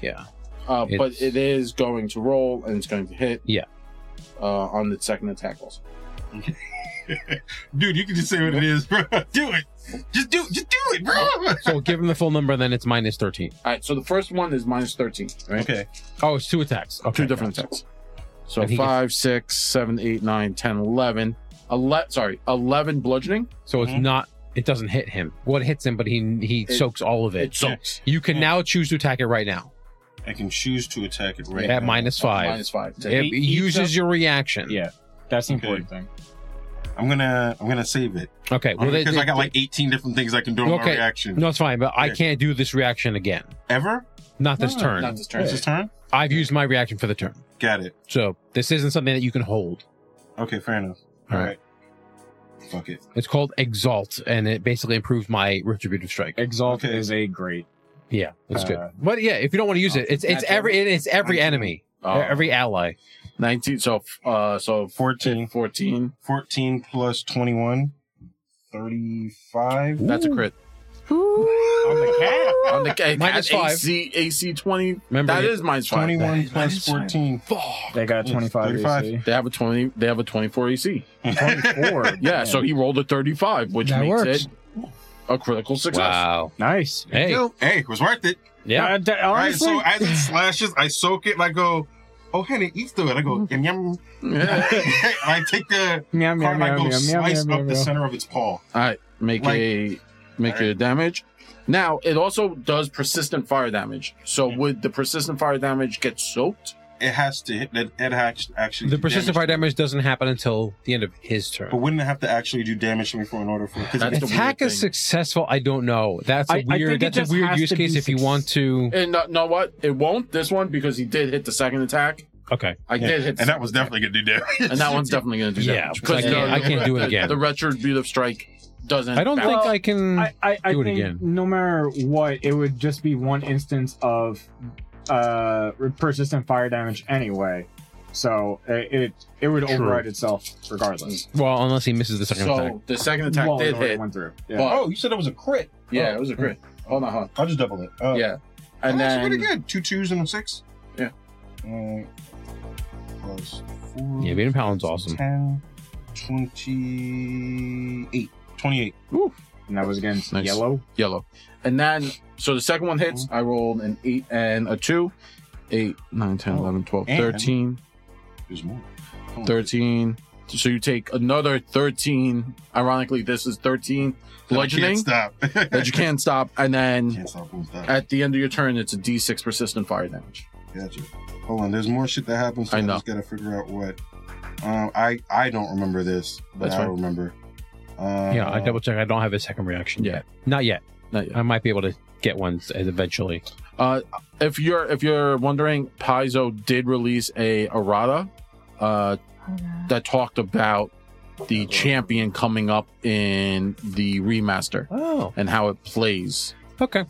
F: Yeah.
A: it- Uh, but
F: It's-
A: it is going to roll and it's going to hit.
F: Yeah.
A: Uh, on the second attack also.
E: Dude, you can just say what it is, bro. Do it. Just do just do it, bro.
F: So give him the full number, then it's minus 13.
A: All right, so the first one is minus 13, right?
E: Okay.
F: Oh, it's two attacks. Okay,
A: Two different
F: gotcha.
A: attacks. So
F: And he gets-
A: five, six, seven, eight, nine, ten, eleven. Ele- sorry, 11 bludgeoning.
F: So it's
E: Mhm.
F: not, it doesn't hit him. Well, it hits him, but he he
A: It-
F: soaks all of it.
A: It soaks.
F: you can
E: yeah.
F: now choose to attack it right now
E: I can choose to attack it right
F: at
E: now.
F: minus five.
A: Minus five. to
F: it
A: hit.
F: uses your reaction.
C: Yeah. That's the
E: Okay.
C: important thing.
E: I'm gonna I'm gonna save it.
F: Okay. Well, they,
E: because I
F: they-
E: got like 18 different things I can do on my
F: Okay.
E: reaction.
F: No, it's fine, but I
E: Okay.
F: can't do this reaction again.
E: Ever?
F: Not this
E: No,
F: turn.
A: Not this turn.
E: It's his turn?
F: I've used my reaction for the turn.
E: Got it.
F: So this isn't something that you can hold.
E: Okay, fair enough. All right. Fuck it.
F: It's called Exalt, and it basically improves my retributive strike.
C: Exalt
E: Okay.
C: is a great.
F: Yeah, it's good.
C: Uh,
F: But yeah, if you don't want to use it, it's it's
A: That's
F: every it's every
E: That's-
F: enemy, E,
A: Uh,
F: every ally.
A: 19. So, uh, so
E: 14.
A: 14.
E: 14 plus 21. 35.
A: That's a crit.
G: Mm-hmm.
E: On the cat.
A: On the cat,
F: Minus five.
A: AC, AC 20.
F: Remember,
A: that
F: you-
A: is minus five.
E: 21
A: That
E: plus
A: is minus
E: 14.
C: they got
E: It's
C: 25
E: 35.
C: AC.
A: They have a 20. They have a 24 AC.
C: 24.
A: Yeah, so he rolled a 35, which
D: That
A: makes
D: works.
A: it a critical success.
F: Wow.
C: Nice.
F: Hey.
E: Hey, it was worth it.
F: Yeah.
C: Uh, d-
E: Alright,
C: honestly,
E: so as it slashes, I soak it and I go, oh, honey, eat through it. I go,
F: Mm-hmm.
E: yum, yum. and
A: Yeah.
E: I take the
C: meow, meow,
E: card and I
C: meow,
E: go
C: meow, meow, meow,
E: slice
C: meow,
E: up
C: meow.
E: the center of its paw.
A: All right, make
E: Like-
A: a make
E: All right.
A: a damage. Now it also does persistent fire damage. So would the persistent fire damage get soaked?
E: It has to hit, it, it has to actually.
F: The
E: do
F: persistent fire
E: damage.
F: damage doesn't happen until the end of his
E: But
F: turn.
E: wouldn't it have to actually do damage to me for in order for. Cause
A: That's
E: it-
A: the
F: Attack
A: weird
F: is
A: thing.
F: successful. I don't know. That's
C: I-
F: a
C: I think
F: weird.
C: it
F: That's
C: just
F: a weird
C: has
F: use
C: to be
F: case. If you want to,
A: And uh, know what? It won't this one because he did hit the second attack.
F: okay.
A: I
E: Yeah,
A: did hit,
E: and that was definitely going to do damage.
A: and that one's definitely going to do
F: Yeah,
A: damage.
F: because
E: I can't- I
F: can't do it
A: the-
F: again.
A: The retributive strike doesn't.
F: I don't
A: bounce.
F: think I can.
C: I, I, I
F: Do it
C: think
F: again.
C: no matter what, it would just be one instance of uh, persistent fire damage anyway. So uh, it it would override itself regardless.
F: well, unless he misses the second
A: so.
F: attack.
A: The second attack
C: Well,
A: did
C: it
A: hit.
C: went through. Yeah.
A: But,
E: Oh, you said that was a crit.
A: yeah, it was a crit. Hold on, hold on.
E: I'll just double it. Uh,
A: Yeah, and
E: that's
A: then
E: pretty good. Two twos and a six.
A: Yeah.
E: Uh, plus four.
F: Yeah, beating Paladin's awesome.
E: 10, 28. 28.
C: and that was against
A: Nice.
C: yellow. Oh
A: yellow. And then, so the second one hits. I rolled an 8 and a 2. 8, 9, 10,
E: Oh,
A: 11, 12,
E: and-
A: 13.
E: There's more.
A: 13. So you take another 13. Ironically, this is 13
E: Can't
A: bludgeoning
E: stop.
A: that you can't stop. And then
E: Can't stop. won't stop.
A: at the end of your turn, it's a d6 persistent fire damage.
E: Gotcha. Hold on. There's more shit that happens. So
A: I
E: I,
A: know.
E: just gotta figure out what. Um, I I don't remember this, but
A: That's
E: I
A: fine.
E: remember. Uh,
F: yeah, I double check. I don't have his second reaction
A: Yeah.
F: yet. Not yet.
A: Not yet.
F: I might be able to get one s- eventually.
A: Uh, if you're if you're wondering, Paizo did release a errata uh, that talked about the champion coming up in the remaster
F: Oh,
A: and how it plays.
F: okay.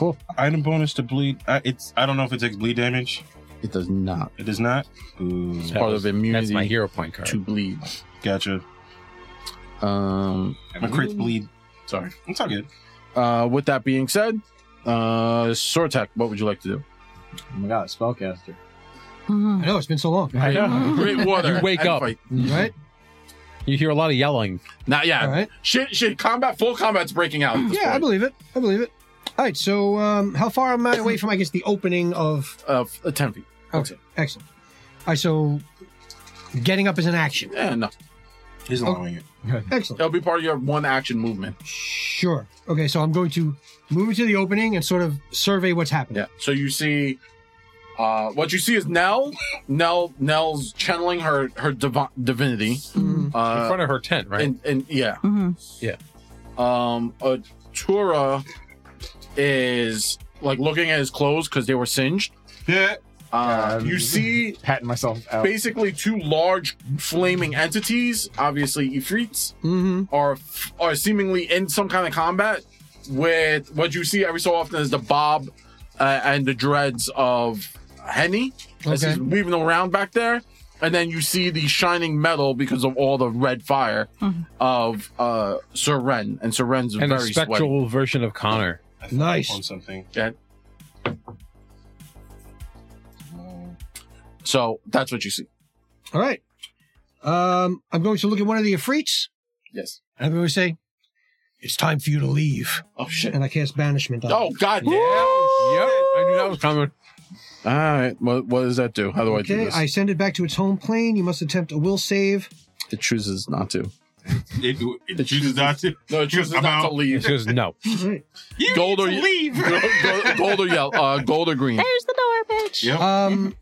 E: Uh, Item bonus to bleed. I, it's I don't know if it takes bleed damage.
A: It does not.
E: It does not. Ooh,
F: That
A: part
F: was-
A: of immunity
F: That's my hero point card.
A: to bleed.
E: gotcha.
A: Um,
E: My crits bleed.
A: sorry.
E: It's all good.
A: Uh, with that being said, uh, Sortek, what would you like to do?
C: Oh my god, spellcaster.
G: Mm-hmm.
D: I know it's been so long.
C: I
A: know. Great water.
F: You wake
A: and
F: up.
A: fight.
D: Right?
F: You hear a lot of yelling.
A: Not
D: All
A: yet.
D: right.
A: Shit, shit. Combat. Full combat's breaking out. At this
D: Yeah, I
A: point.
D: believe it. I believe it. All right. So, um, how far am I away from? I guess the opening of.
A: Uh, f- uh, ten feet.
D: Okay. Excellent. All right. So, getting up is an action.
A: Yeah, no. Oh.
E: He's allowing it.
D: Excellent.
A: It'll be part of your one action movement.
D: Sure. Okay. So I'm going to move into the opening and sort of survey what's happening.
A: Yeah. So you see, uh, what you see is Nell. Nell. Nell's channeling her her divi- divinity.
G: Mhm.
F: in
A: Uh,
F: front of her tent, right?
A: and and yeah.
G: Mhm.
A: Um, Atura is like looking at his clothes because they were singed.
E: Yeah.
A: Uh,
C: Um,
A: you see
C: patting myself out.
A: basically two large flaming entities, obviously Ifrits,
D: Mm-hmm.
A: are are seemingly in some kind of combat with what you see every so often is the bob uh, and the dreads of Henny as
D: Okay.
A: he's weaving around back there. And then you see the shining metal because of all the red fire of uh, Sir Ren. And Sir Ren's
F: And a
A: very sweaty.
F: spectral version of Connor.
E: I thought I
D: Nice.
E: found something.
A: So that's what you see.
D: All right. Um, I'm going to look at one of the Ifrits.
A: Yes.
D: And I'm going to say, it's time for you to leave.
A: Oh, shit.
D: And I cast banishment on
A: Oh,
D: it.
A: God.
F: Yeah. Yep. I knew that was coming.
A: All right. What, what does that do? How do I do
D: Okay,
A: this?
D: I send it back to its home plane. You must attempt a will save.
A: It chooses not to.
E: It, it chooses not to.
A: No, it chooses
E: I'm
A: not
E: out.
A: to
F: She
A: leave.
F: goes, no.
D: All right.
E: You
A: Gold or ye-
E: leave.
A: gold, gold or yellow. Uh, gold or green.
G: There's the door, bitch.
E: Yep.
D: Um,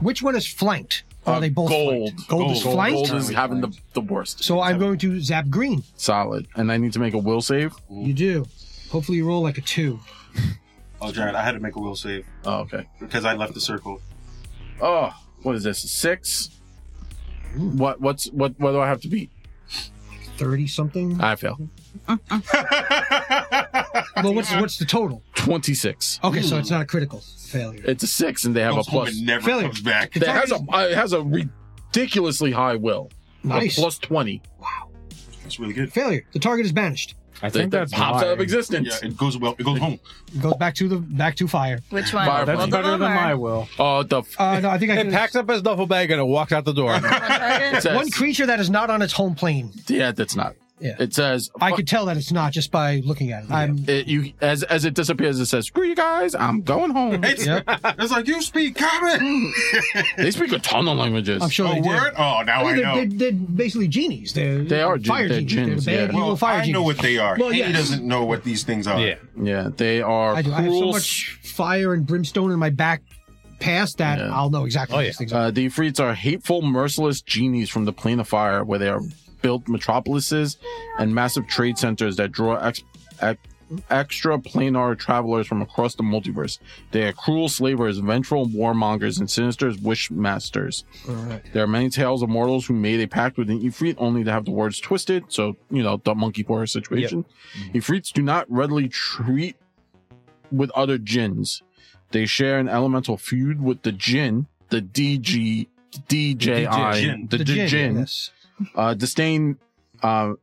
D: which one is flanked? Are
A: Uh,
D: they both
A: gold.
D: flanked? Gold, is
E: Gold.
D: flanked.
A: Gold is having the, the worst.
D: So I'm going to zap green.
A: Solid. And I need to make a will save.
D: You do. Hopefully you roll like a two.
E: oh, Jared, I had to make a will save
A: Oh, okay.
E: because I left the circle.
A: Oh, what is this? Six? What what's what what do I have to beat?
D: Thirty something.
A: I fail.
D: well, what's what's the total?
A: Twenty six.
D: Okay, so it's not a critical failure.
A: It's a six and they have a
E: Those
A: plus.
E: woman never
D: Failure.
E: comes back.
A: It has a uh, it has a ridiculously high will.
D: nice
A: A plus twenty.
E: That's really good.
D: failure. The target is banished.
C: I
A: That,
C: think
A: that
C: that's
A: pops out of
C: mine.
A: existence.
E: Yeah, it goes well. It goes home.
D: It goes back to the back to fire.
G: Which one?
A: Fire-
C: That's
A: Both of
C: better than
G: them
C: my
G: are-
C: will.
A: Oh the f-
D: Uh, no, I think I
F: And
D: can.
F: packs up his duffel bag and it walks out the door.
G: One target?
A: it says,
D: One creature that is not on its home plane.
A: Yeah, that's not.
D: Yeah.
A: It says
D: I could tell that it's not just by looking at it. I'm.
A: it, you as as it disappears, it says, Screw you guys, I'm going home.
E: It's,
D: Yep.
E: it's like you speak common.
A: they speak a ton of languages.
D: I'm sure
E: oh,
D: they did.
E: word. Oh, now I
D: they're,
E: know.
D: they're, they're basically genies. They're,
A: They are gen-
D: fire
A: they're
D: genies.
A: gins,
D: They're bad
A: yeah.
D: evil
E: well,
D: fire
E: I
D: genies.
E: know what they are.
D: Well,
E: he
D: yeah.
E: doesn't know what these things are.
F: yeah.
A: Yeah, they are
D: I do. I have so
A: cruel
D: much fire and brimstone in my back past that
A: Yeah.
D: I'll know exactly
F: Oh,
D: what
F: yeah.
D: these things are.
A: Uh, the Ifrits are hateful, merciless genies from the plane of fire, where they are built metropolises and massive trade centers that draw ex- ex- extra planar travelers from across the multiverse. They are cruel slavers, ventral warmongers, and sinister wishmasters.
D: All right.
A: There are many tales of mortals who made a pact with an Ifrit only to have the words twisted. So, you know, the monkey horror situation.
D: Mm-hmm.
A: Ifrits do not readily treat with other jinns. They share an elemental feud with the jinn, the DG, DJI,
E: jinn.
A: the, d-
D: gin,
A: jinn,
D: yes.
A: uh, disdain, uh,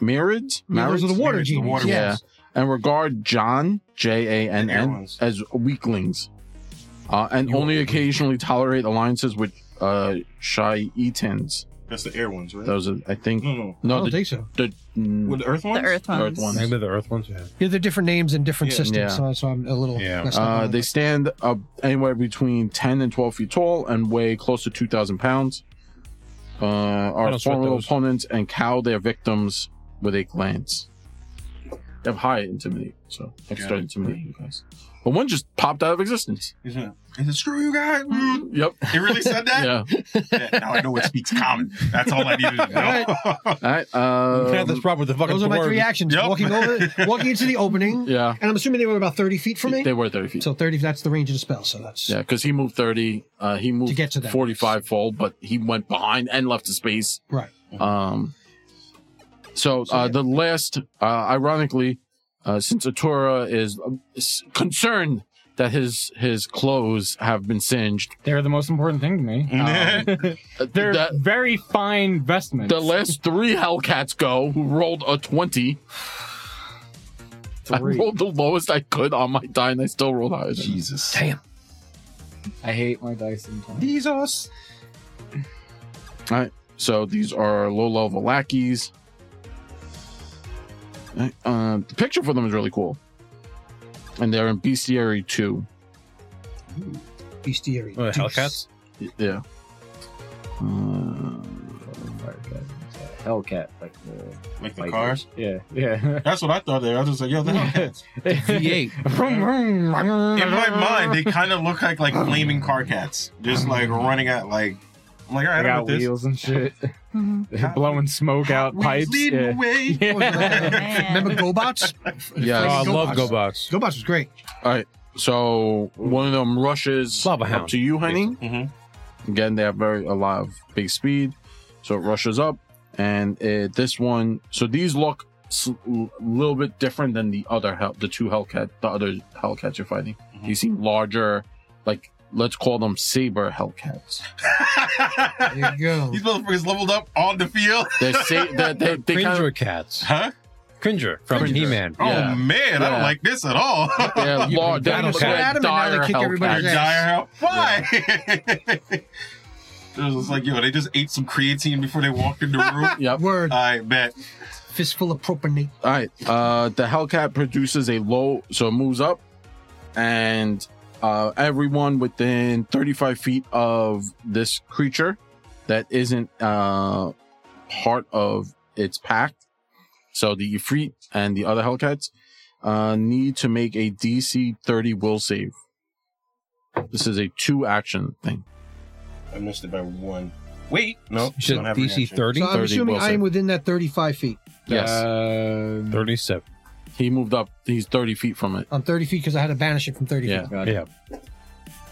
A: Marids,
D: Yeah, those are the
A: Marids?
D: water
E: It's the
D: genies.
E: water
A: Yeah.
E: ones.
A: and regard John, J A N
E: The air
A: N,
E: ones.
A: as weaklings, uh, and only occasionally tolerate alliances with uh, Shi'itans.
E: That's the air ones, right?
A: Those are, I think,
E: no, no.
D: I
A: no,
D: don't
A: the,
D: think so.
A: the, mm,
E: With the earth ones.
G: The earth ones.
A: Earth ones.
F: Maybe the Earth ones. Yeah.
D: Yeah, they're different names and different
E: Yeah.
D: systems,
A: Yeah.
D: So, so I'm a little
F: Yeah.
D: messed up.
A: Uh,
D: on
A: they
D: that.
A: stand up anywhere between 10 and 12 feet tall and weigh close to 2,000 pounds. Uh, are
F: don't sweat
A: formidable
F: those.
A: opponents and cow their victims with a glance. They have high intimidate, so extra
E: Got it.
A: intimidate, you guys. But one just popped out of existence.
E: Yeah. Is it screw you guys? Mm.
A: Yep.
E: It really said that.
A: Yeah.
E: Yeah, now I know it speaks common. That's all I needed to know.
A: All right. Um,
F: this problem with the fucking
D: Those are my
F: dwarves.
D: three actions.
E: Yep.
D: Walking over, walking into the opening,
A: yeah.
D: and I'm assuming they were about 30 feet from me.
A: They were 30 feet.
D: so 30, that's the range of the spell. So that's
A: Yeah, because he moved 30. Uh, he moved
D: get to them.
A: 45 fold, but he went behind and left the space.
D: right.
A: Um, so uh,
D: yeah.
A: the last, uh, ironically, uh, since Atura is uh, s- concerned that his his clothes have been singed,
C: They're the most important thing to me. Um,
A: uh,
C: they're
A: the,
C: very fine vestments.
A: the last three Hellcats go who rolled a twenty. I
C: Three.
A: rolled the lowest I could on my die, and I still rolled higher. Than
E: Jesus.
D: Damn.
C: I hate my dice sometimes.
E: These us.
A: So these are low level lackeys. Uh, the picture for them is really cool, and they're in Bestiary two.
D: Bestiary.
F: What,
D: Deuce.
F: Oh, Hellcats?
A: Yeah. Uh,
C: Hellcat, like the
E: Like the
C: Like-
E: cars.
C: yeah, yeah.
E: That's what I thought they were. I was just like, yo, they're Hellcats.
F: V8.
E: In my mind, they kind of look like like flaming car cats, just like running at like. I'm like, all
C: I
E: right, I'm
C: got
E: with this.
C: wheels and shit.
G: Mhm.
C: They're blowing smoke out
E: Wheels
C: pipes.
E: leading
C: Yeah.
E: the way.
G: Oh,
C: Yeah.
G: man.
D: Remember GoBots?
F: Oh,
A: yeah.
F: I
D: Go
F: love
D: box.
F: GoBots.
D: GoBots was great.
A: All right. So one of them rushes
F: Lava
A: up
F: hound, Mm-hmm.
A: to you, honey.
E: Mhm.
A: Again, they have very a lot of big speed, so it rushes up, and it, this one. So these look a little bit different than the other hell, the two Hellcat, the other Hellcats you're fighting.
F: Mm-hmm.
E: Mhm.
A: These seem larger, like let's call them saber Hellcats.
D: There you go.
E: These motherfuckers leveled up on the field.
A: They're sa- they they, they kind
F: Cringer
A: of,
F: cats.
E: Huh?
F: Cringer from
A: Cringer.
F: He Man.
E: Oh
A: Yeah.
E: man, I
A: Yeah.
E: don't like this at all.
A: they're
F: You
A: large. They're
F: battle
A: like
F: cat.
D: Adam and now they
A: dire
D: kick everybody's
A: Hellcats.
D: ass.
E: Dire help. Why? it was just like, yo, they just ate some creatine before they walked in the room.
A: Yep.
D: Word.
E: I bet.
D: Fistful of propionate.
A: All right. Uh, the Hellcat produces a low, so it moves up, and uh, everyone within 35 feet of this creature that isn't uh, part of its pack, so the Ifrit and the other Hellcats, uh, need to make a DC 30 will save. This is a two action thing.
E: I missed it by one. Wait, no.
F: You said
E: don't have
F: DC
E: reaction.
F: 30?
D: So I'm
A: 30
D: assuming I am
A: Wilson.
D: within that 35 feet.
A: Yes.
C: Um,
F: 37.
A: he moved up. He's 30 feet from it.
D: I'm 30 feet because I had to banish it from 30
A: Yeah.
D: feet.
C: got it.
F: Yeah.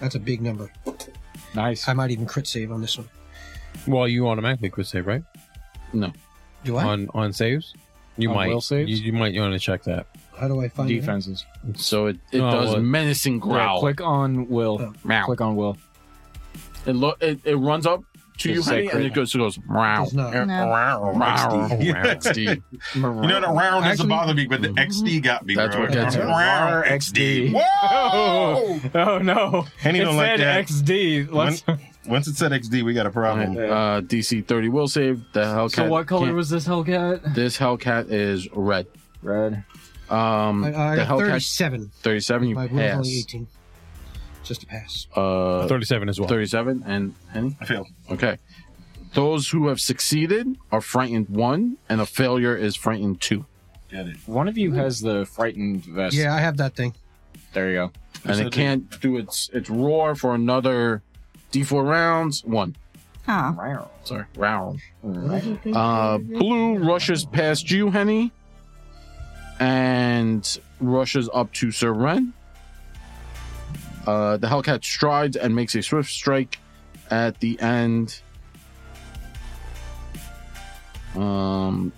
D: That's a big number.
C: Nice.
D: I might even crit save on this one.
F: Well, you automatically could save, right?
D: Do I?
F: On on saves? You
C: On
F: might.
C: will saves?
F: You, you might want to check that.
D: How do I find it?
C: Defenses.
A: So it, it
F: No,
A: does
F: well-
A: menacing
C: Oh, Yeah,
A: growl.
C: click on will.
D: Oh.
A: Meow.
C: Click on will.
A: It, lo- it, it runs up to
C: It's
A: you, honey, and
C: sacred.
A: it goes, it goes, meow.
D: It's not.
A: Er,
G: No.
E: Wow,
A: meow.
E: XD.
A: XD.
E: You know, the round doesn't
D: Actually-
E: bother me, but the XD got me,
A: That's
E: bro.
A: what gets you.
E: Wow, XD. Whoa!
C: Oh no!
E: Henny
C: it
E: don't like
C: said
E: that.
C: XD. Let's,
E: Once it said XD, we got a problem.
A: Uh, DC 30 will save. The Hellcat.
C: so what color
A: can't-
C: was this Hellcat?
A: This Hellcat is red.
C: Red.
A: Um,
D: I, I
A: the
D: got
A: Hellcat
D: 37.
A: 37, you
D: My will's
A: pass.
D: only 18. Just a pass.
A: Uh,
F: 37 as well.
A: 37 and Henny?
E: I failed.
A: Okay. Those who have succeeded are frightened one, and a failure is frightened two.
E: Get it.
C: One of you has the frightened vest.
D: Yeah, I have that thing.
C: There you go.
A: And
E: So
A: it
E: the-
A: can't do its its roar for another D4 rounds. One.
G: Huh.
A: Sorry. Round.
C: Right.
A: Uh, blue rushes past you, Henny, and rushes up to Sir Ren. Uh, the Hellcat strides and makes a swift strike at the end. Um,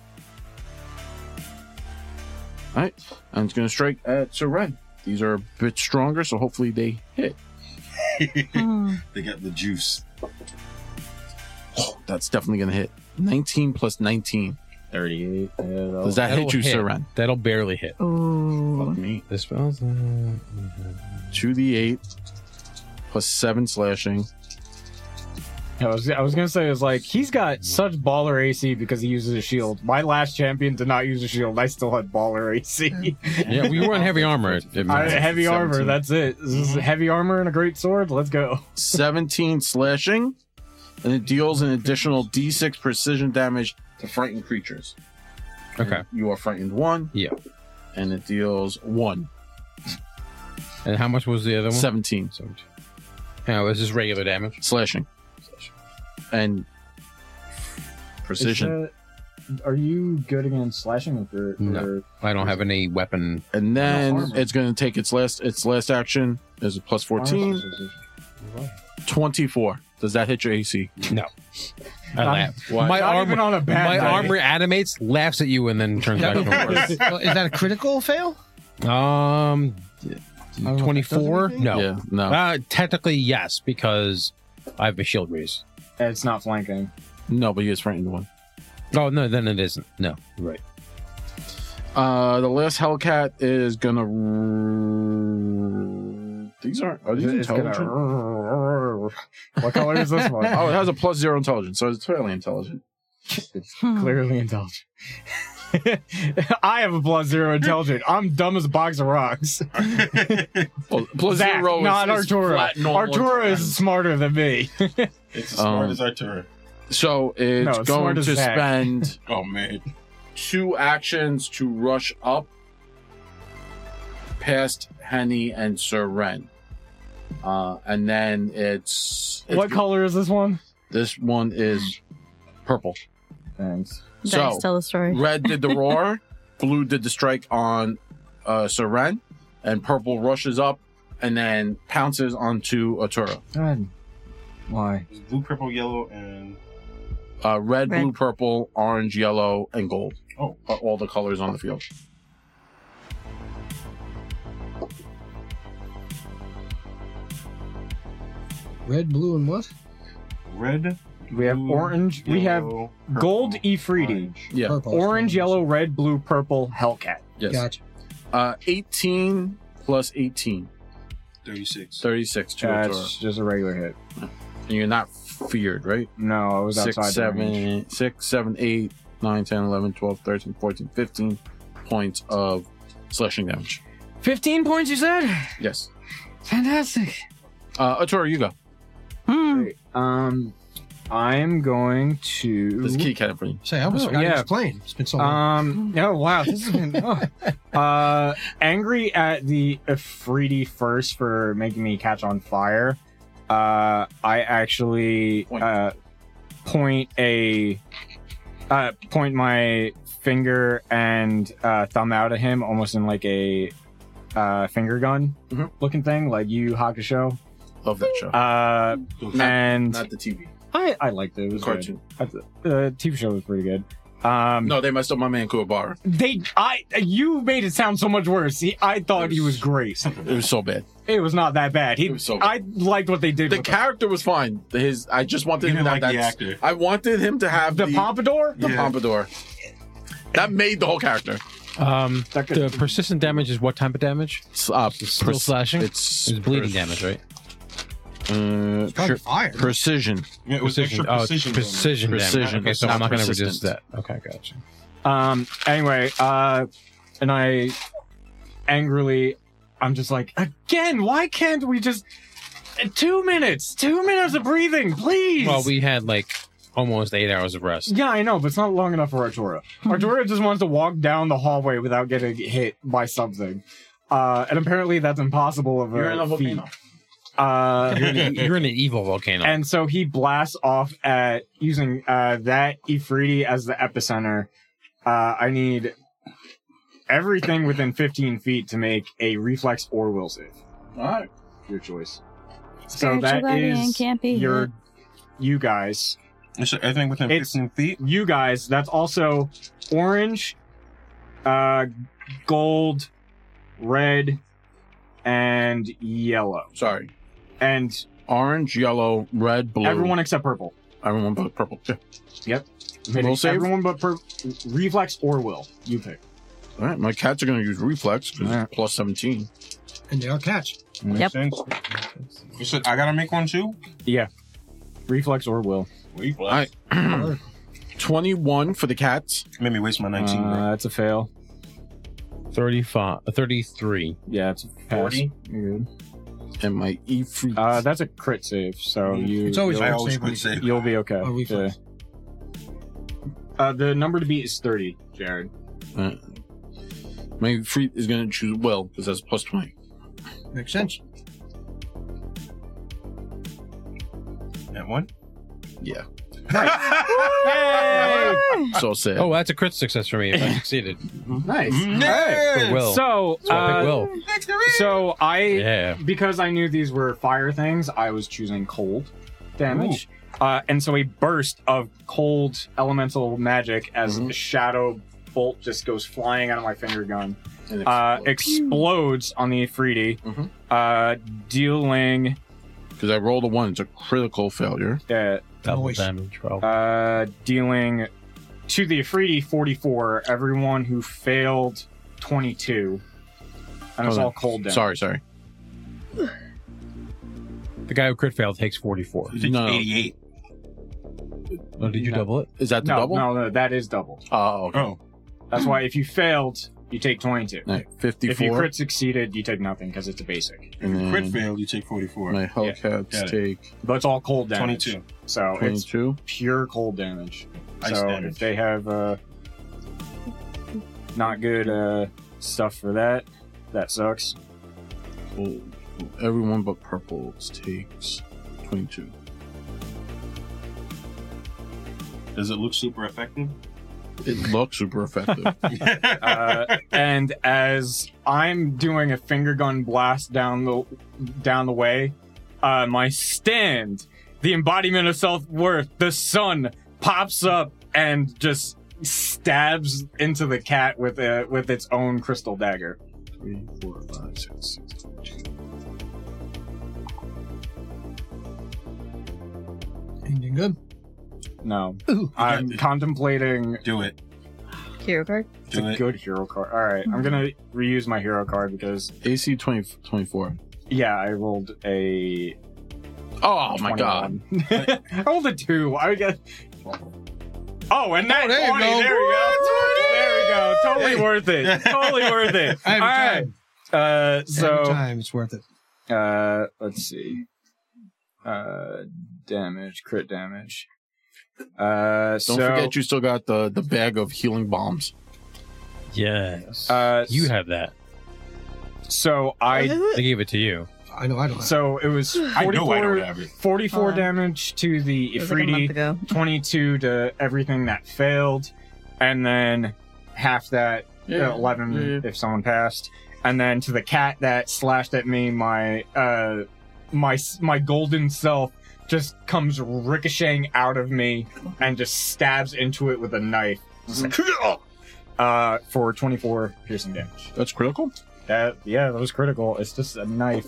A: all right, and it's going to strike at Sir Ren. These are a bit stronger, so hopefully they hit.
G: Hmm.
E: They got the juice.
A: Oh, that's definitely going to hit. 19 plus 19.
C: 38. Yeah, that'll-
A: Does that
F: That'll
A: hit you,
F: hit.
A: Sir Ren?
F: That'll barely hit.
G: Ooh.
A: Me.
F: This spells. Uh,
A: two d eight plus seven slashing.
C: I was, I was gonna say it's like he's got such baller AC because he uses a shield. My last champion did not use a shield. I still had baller AC.
F: yeah, we were in heavy armor. It, it
C: I,
F: matters.
C: heavy armor.
A: 17.
C: That's it. This is heavy armor and a great sword. Let's go.
A: Seventeen slashing, and it deals an additional d six precision damage to frightened creatures.
F: okay.
A: You are frightened one.
F: Yeah.
A: And it deals one.
F: And how much was the other one?
A: Seventeen
F: Seventeen. Yeah, it was just regular damage.
A: slashing. And precision.
C: Is that- are you good against slashing? Or,
F: No.
C: or-
F: I don't have any weapon.
A: And then
C: No armor.
A: it's gonna take its last its last action is a plus 14. 24. Does that hit your AC?
F: I
C: Um,
F: laugh.
A: Why?
F: My
C: Not
F: armor.
C: even on a bad
F: my
C: day.
F: arm reanimates, laughs at you, and then turns
D: That
F: back
D: would-
F: to
D: is that a critical fail?
F: normal. Um,
D: know if that does
F: twenty-four.
D: anything.
F: No.
A: Yeah, no.
F: Uh, technically, yes, because I have a shield raise.
C: It's not flanking.
A: No, but he is frightened one.
F: Oh no, then it isn't. No, right.
A: Uh, the last Hellcat is gonna. r- These aren't. Are these
C: It's gonna-
A: intelligent?
C: What color is this one?
A: Oh, it has a plus zero intelligence, so it's fairly intelligent.
G: Mm-hmm.
C: clearly intelligent. I have a plus zero intelligent. I'm dumb as a box of rocks.
A: Well, plus
C: Zach,
A: zero is
C: not
A: is
C: Arturo.
A: flat normal
C: Arturo is
A: intelligence.
C: smarter than me.
E: It's as smart
A: Um,
E: as Artura.
A: So it's,
C: No, it's
A: going
C: smart
A: to
C: as Zach.
A: spend
E: Oh man.
A: two actions to rush up past Henny and Sir Ren. Uh, and then it's, it's
C: what color is this one?
A: this one is purple.
C: Thanks.
A: So
G: Guys, tell the story.
A: Red did the roar, blue did the strike on uh Seren, and purple rushes up and then pounces onto Arturo.
C: God. Why?
E: It's blue, purple, yellow, and
A: Uh, red,
G: Red.
A: blue, purple, orange, yellow, and gold.
E: Oh.
A: are all the colors on the field.
D: Red, blue, and what?
E: red.
C: We have
E: blue,
C: orange. we have
E: yellow, purple,
C: gold e Ifriti.
E: orange.
A: Yeah.
D: Purple.
C: Orange, yellow, red, blue, purple, Hellcat.
A: Yes.
D: Gotcha.
A: Uh, 18 plus 18,
E: Thirty-six.
A: 36 to Arturo.
C: That's just a regular hit.
A: And you're not feared, right?
C: No, I was outside.
A: Six,
C: the range.
A: seven, six, seven, eight, nine, 10, 11, 12, 13, 14, 15 points of slashing damage.
H: 15 points, you said?
A: Yes.
H: Fantastic.
A: Uh, Arturo, you go.
G: Hmm.
C: Great. Um, I'm going to.
A: This is key cat for you.
D: Say, I almost
C: Oh,
D: forgot he
C: yeah.
D: was playing. It's been so long.
C: Um. Oh wow, this has been oh. uh, angry at the Afridi first for making me catch on fire. Uh, I actually
A: Point.
C: uh point a uh point my finger and uh, thumb out at him, almost in like a uh finger gun
A: Mhm.
C: looking thing, like Yu Yu Hakusho.
A: Love that show.
C: Uh,
A: Not,
C: and
A: not the TV.
C: I I liked it. It
A: The
C: was good.
A: cartoon.
C: I th- The TV show was pretty good. Um,
A: No, they messed up my man Kuwabara.
C: they, I, you made it sound so much worse. He, I thought he was great.
A: It was so bad.
C: It was not that bad. He,
A: It was so bad.
C: I liked what they did.
A: The
C: with
A: character was fine. His, I just wanted
E: You
A: him
E: didn't
A: to
E: like
A: have
E: the
A: that-
E: actor.
A: I wanted him to have
C: the,
A: the,
C: the pompadour.
A: the
E: Yeah.
A: pompadour. That made the whole character.
F: Um,
C: That could-
F: the persistent damage is what type of damage?
A: S- uh,
F: Still
A: pers-
F: slashing?
A: It's,
F: It's bleeding damage, right?
A: Uh,
D: Probably
A: sure.
D: fire.
A: precision.
E: Yeah, it was extra
F: oh,
E: precision. damage.
F: precision, damage.
A: Precision,
F: Okay, so
A: not
F: I'm not going to
A: persistent.
F: resist that. Okay, gotcha.
C: Um. Anyway. Uh. And I angrily, I'm just like, again, why can't we just two minutes, two minutes of breathing, please?
F: Well, we had like almost eight hours of rest.
C: Yeah, I know, but it's not long enough for Artura. Artura just wants to walk down the hallway without getting hit by something. Uh, and apparently that's impossible of a
A: You're in a
C: feat.
A: volcano.
C: Uh,
F: You're in, a- you're in an evil volcano.
C: and so he blasts off at using uh, that Ifriti as the epicenter. Uh, I need everything within 15 feet to make a reflex or will save.
A: All right.
C: Your choice.
G: Spiritual
C: so that
G: guardian
C: is
G: can't be
C: your
G: hit.
C: you guys.
E: It's everything within
C: It's-
E: 15 feet.
C: You guys. That's also orange, uh, gold, red, and yellow,
A: Sorry.
C: and
A: Orange, yellow, red, blue.
C: everyone except purple.
A: Everyone but purple. Yeah.
C: Maybe
A: save?
C: Everyone but pur- reflex or will. You pick.
A: All right. My cats are going to use reflex 'cause it's plus 17.
D: and they all catch.
G: Yep.
E: Makes sense. You said I gotta make one too.
C: Reflex or will.
E: Wait,
A: All right. 21 for the cats.
E: Made me waste my 19.
C: Uh,
E: bro.
C: that's a fail.
F: 35, uh, 33.
C: Yeah, it's a pass.
E: 40?
C: You're good.
A: And my E free.
C: Uh, that's a crit save, so
E: Mm.
C: you
D: It's always
E: I
D: Don't
E: always
D: save
E: would
D: me.
E: say.
C: you'll, you'll be okay.
D: Oh, reflex.
C: Yeah. Uh, the number to beat is thirty, Jared.
A: Uh, my free is going to choose well because that's plus 20.
D: Makes sense.
E: That one?
A: Yeah.
C: Hey!
A: So sad.
F: Oh, that's a crit success for me if I succeeded.
C: nice.
F: For
C: Mm-hmm.
F: Will.
C: So,
F: So I
C: uh,
F: pick Will.
C: so I
F: Yeah.
C: because I knew these were fire things, I was choosing cold damage. Uh, and so a burst of cold elemental magic as
A: Mhm.
C: a shadow bolt just goes flying out of my finger gun,
A: And it's-
C: uh, explodes on the Afridi,
A: Mhm.
C: uh, dealing
A: because I rolled a one. It's a critical failure.
C: uh,
F: Double
D: Nice.
F: damage. Well,
C: uh, dealing to the Afridi 44, everyone who failed 22. And it's
A: Hold on.
C: all cold damage.
A: Oh, Sorry, sorry.
F: the guy who crit failed takes 44.
E: You think
A: No.
E: 88.
F: Oh, did you
C: No.
F: double it?
A: Is that the
C: No,
A: double?
C: no, no, that is double.
A: Oh, okay.
E: Oh,
C: That's why if you failed, you take 22.
A: All right,
C: If you
A: 54.
C: crit succeeded, you take nothing because it's a basic.
A: and then
E: crit failed, you take 44.
A: my
E: Yeah,
A: Hellcats
E: got it.
A: take
C: But it's all cold damage.
E: 22.
C: So it's
A: 22.
C: pure cold damage.
E: Ice
C: so
E: damage.
C: if they have uh, not good uh, stuff for that, that sucks.
A: Well, everyone but purples takes 22.
E: Does it look super effective?
A: It looks super effective.
C: uh, and as I'm doing a finger gun blast down the down the way, uh, my stand, the embodiment of self worth, the sun pops up and just stabs into the cat with a, with its own crystal dagger.
A: Three, four, five, six, six.
I: Anything good?
C: No,
I: Ooh.
C: I'm
E: Yeah.
C: contemplating.
E: Do it.
G: Hero card.
C: It's
E: Do
C: a
E: it.
C: good hero card. All right, I'm gonna reuse my hero card because
A: AC 20, 24.
C: yeah, I rolled a
A: Oh my god.
C: god. I rolled a two. I guess. Oh, and that
I: there you
C: 20,
I: go.
C: There we go. There we go. Totally worth it. Totally worth it.
I: Every
C: All right.
I: time.
C: Uh,
I: Every
C: so,
I: time it's worth it.
C: uh, let's see. Uh, damage, crit damage. Uh,
A: Don't
C: so,
A: forget you still got the, the bag of healing bombs.
F: Yes.
C: Uh,
F: you have that.
C: so I,
F: They gave it to you.
I: I know I don't. Have
C: so it was
E: I know I don't
C: 44,
E: have it.
C: 44
G: Uh,
C: damage to the
G: It was like a month
C: Ifriti,
G: ago.
C: 22 to everything that failed, and then half that Uh, 11
A: Yeah, yeah.
C: if someone passed and then to the cat that slashed at me my uh my s- my golden self just comes ricocheting out of me and just stabs into it with a knife Just like, uh for 24 piercing damage
A: That's critical.
C: that yeah that was critical it's just a knife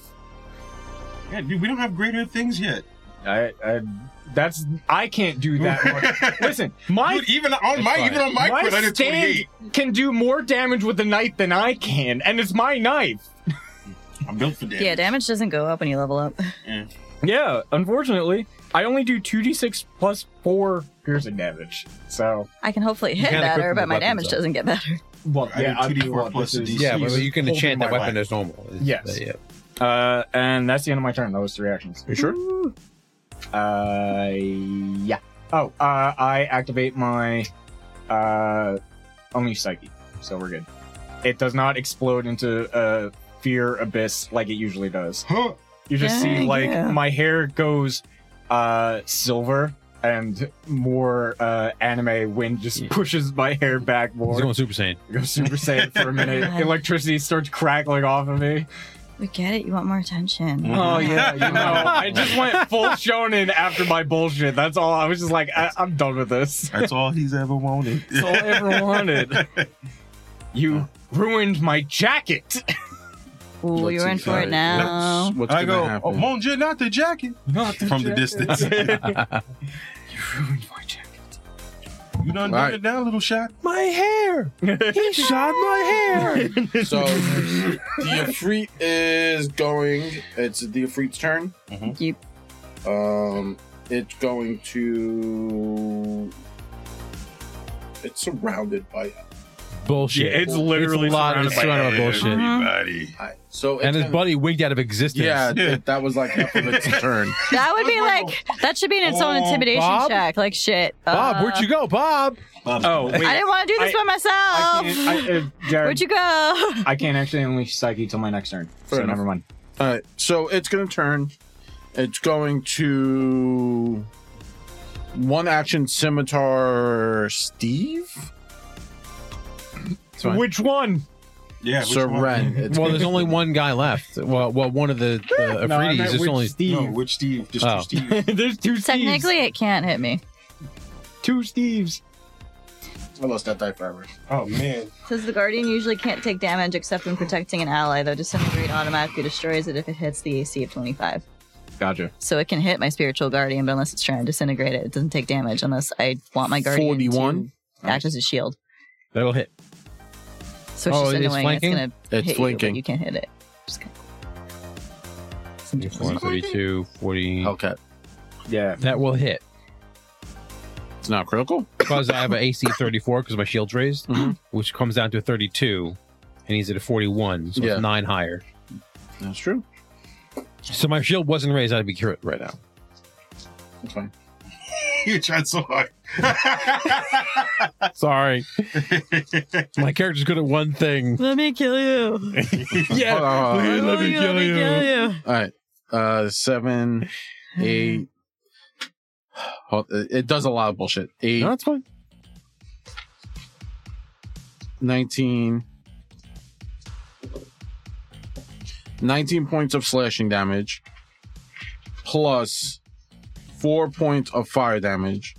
E: Yeah, dude, we don't have greater things yet.
C: i i that's i can't do that much. listen my
E: Dude, even on
F: It's
E: my,
F: fine.
E: even on my, crit, I
C: my
E: did
C: stand
E: 28.
C: can do more damage with the knife than i can and it's my knife
E: I'm built for damage.
G: Yeah, damage doesn't go up when you level up.
C: Yeah, unfortunately, I only do 2d6 plus 4 piercing damage. So,
G: I can hopefully hit
F: can't equip
G: better,
F: the
G: but my
F: weapons,
G: damage
F: though.
G: doesn't get better.
C: well,
E: I do 2d4
C: well,
E: plus
C: this
E: a
C: is-
E: d6.
F: Yeah, but you can
C: holding
F: enchant
C: my
F: that
C: life.
F: weapon as normal. It's-
C: Yes.
F: yeah.
C: Uh, and that's the end of my turn. That was three actions.
A: You sure?
C: Uh, yeah. Oh, uh, I activate my uh, only psyche, so we're good. It does not explode into a fear abyss like it usually does.
E: Huh?
C: You just see
G: Dang,
C: like
G: yeah.
C: my hair goes uh silver and more uh anime wind just pushes my hair back
F: He's
C: more.
F: going Super Saiyan.
C: Go Super Saiyan for a minute.
G: Oh God.
C: Electricity starts crackling off of me.
G: We get it. You want more attention.
C: Oh yeah, you know. I just went full shonen after my bullshit. That's all. I was just like, I- I'm done with this.
E: That's all he's ever wanted.
C: That's all I ever wanted. You ruined my jacket.
G: Ooh,
A: Let's
G: you're in
A: see.
G: for it
A: Alright,
G: now.
A: What's, what's
E: I
A: gonna
E: go, oh,
A: happen?
E: Monja, not the jacket. From the distance. you
C: ruined my jacket.
E: done
A: Right.
E: right. it down, little shot.
I: my hair. He shot my hair.
A: so the Ifrit is going. It's the Ifrit's turn.
G: You
A: Um, it's going to. It's surrounded by.
F: Bullshit.
C: Yeah, it's literally
F: a lot of
C: surrounded by
F: surrounded by bullshit.
E: Everybody.
A: So it's
F: And his
A: gonna-
F: buddy wigged out of existence.
A: Yeah, th- that was like half of its turn.
G: That would
E: Those
G: be
E: were
G: like that should be in its own
E: Oh,
G: intimidation
F: Bob?
G: check. Like shit.
F: Bob,
G: Uh,
F: where'd you go, Bob?
C: Oh wait,
G: I didn't want to do this
C: I-
G: by
C: I
G: myself.
C: can't. I, uh, Jared,
G: Where'd you go?
C: I can't actually unleash psyche till my next turn.
A: Fair
C: so
A: enough.
C: never mind.
A: All right, so it's going to turn. It's going to one action scimitar Steve. Fine.
C: Which one?
E: Yeah, which
A: Sir
E: one?
A: Ren. It's
F: Well,
A: gonna-
F: there's only one guy left. Well, well, one of the, the
C: I
F: Afridis.
C: meant
F: There's
C: which
F: only
C: Steve.
E: No, which Steve? Just two
F: Oh.
E: Steve.
C: There's two Steves.
G: Technically, it can't hit me.
C: two Steves.
A: I lost that die forever.
E: Oh man.
G: Says the guardian usually can't take damage except when protecting an ally, though disintegrate automatically destroys it if it hits the AC of 25.
C: Gotcha.
G: So it can hit my spiritual guardian, but unless it's trying to disintegrate it, it doesn't take damage unless I want my guardian
A: 41?
G: to act as a shield.
F: that'll hit.
G: So it's
F: Oh,
G: just annoying.
F: it's
G: It's,
F: flanking?
G: gonna
A: It's
G: hit
A: flanking.
G: you, but you can't hit it. Just kinda cool.
F: 32, 40.
C: Oh.
A: Hellcat.
C: Yeah.
F: That will hit
A: It's not critical.
F: because I have an AC 34 because my shield's raised,
A: Mhm.
F: which comes down to a 32, and he's at a 41, so
A: Yeah.
F: it's nine higher.
A: That's true.
F: So my shield wasn't raised. I'd be cured right now.
A: That's fine.
E: You tried so hard.
F: Sorry, my character's good at one thing.
G: Let me kill you.
A: Hold on, hold on, hold on.
F: let me kill you.
A: All right. Uh, seven, eight. Hold- It does a lot of bullshit. Eight,
F: No, that's fine.
A: 19. 19 points of slashing damage plus 4 points of fire damage.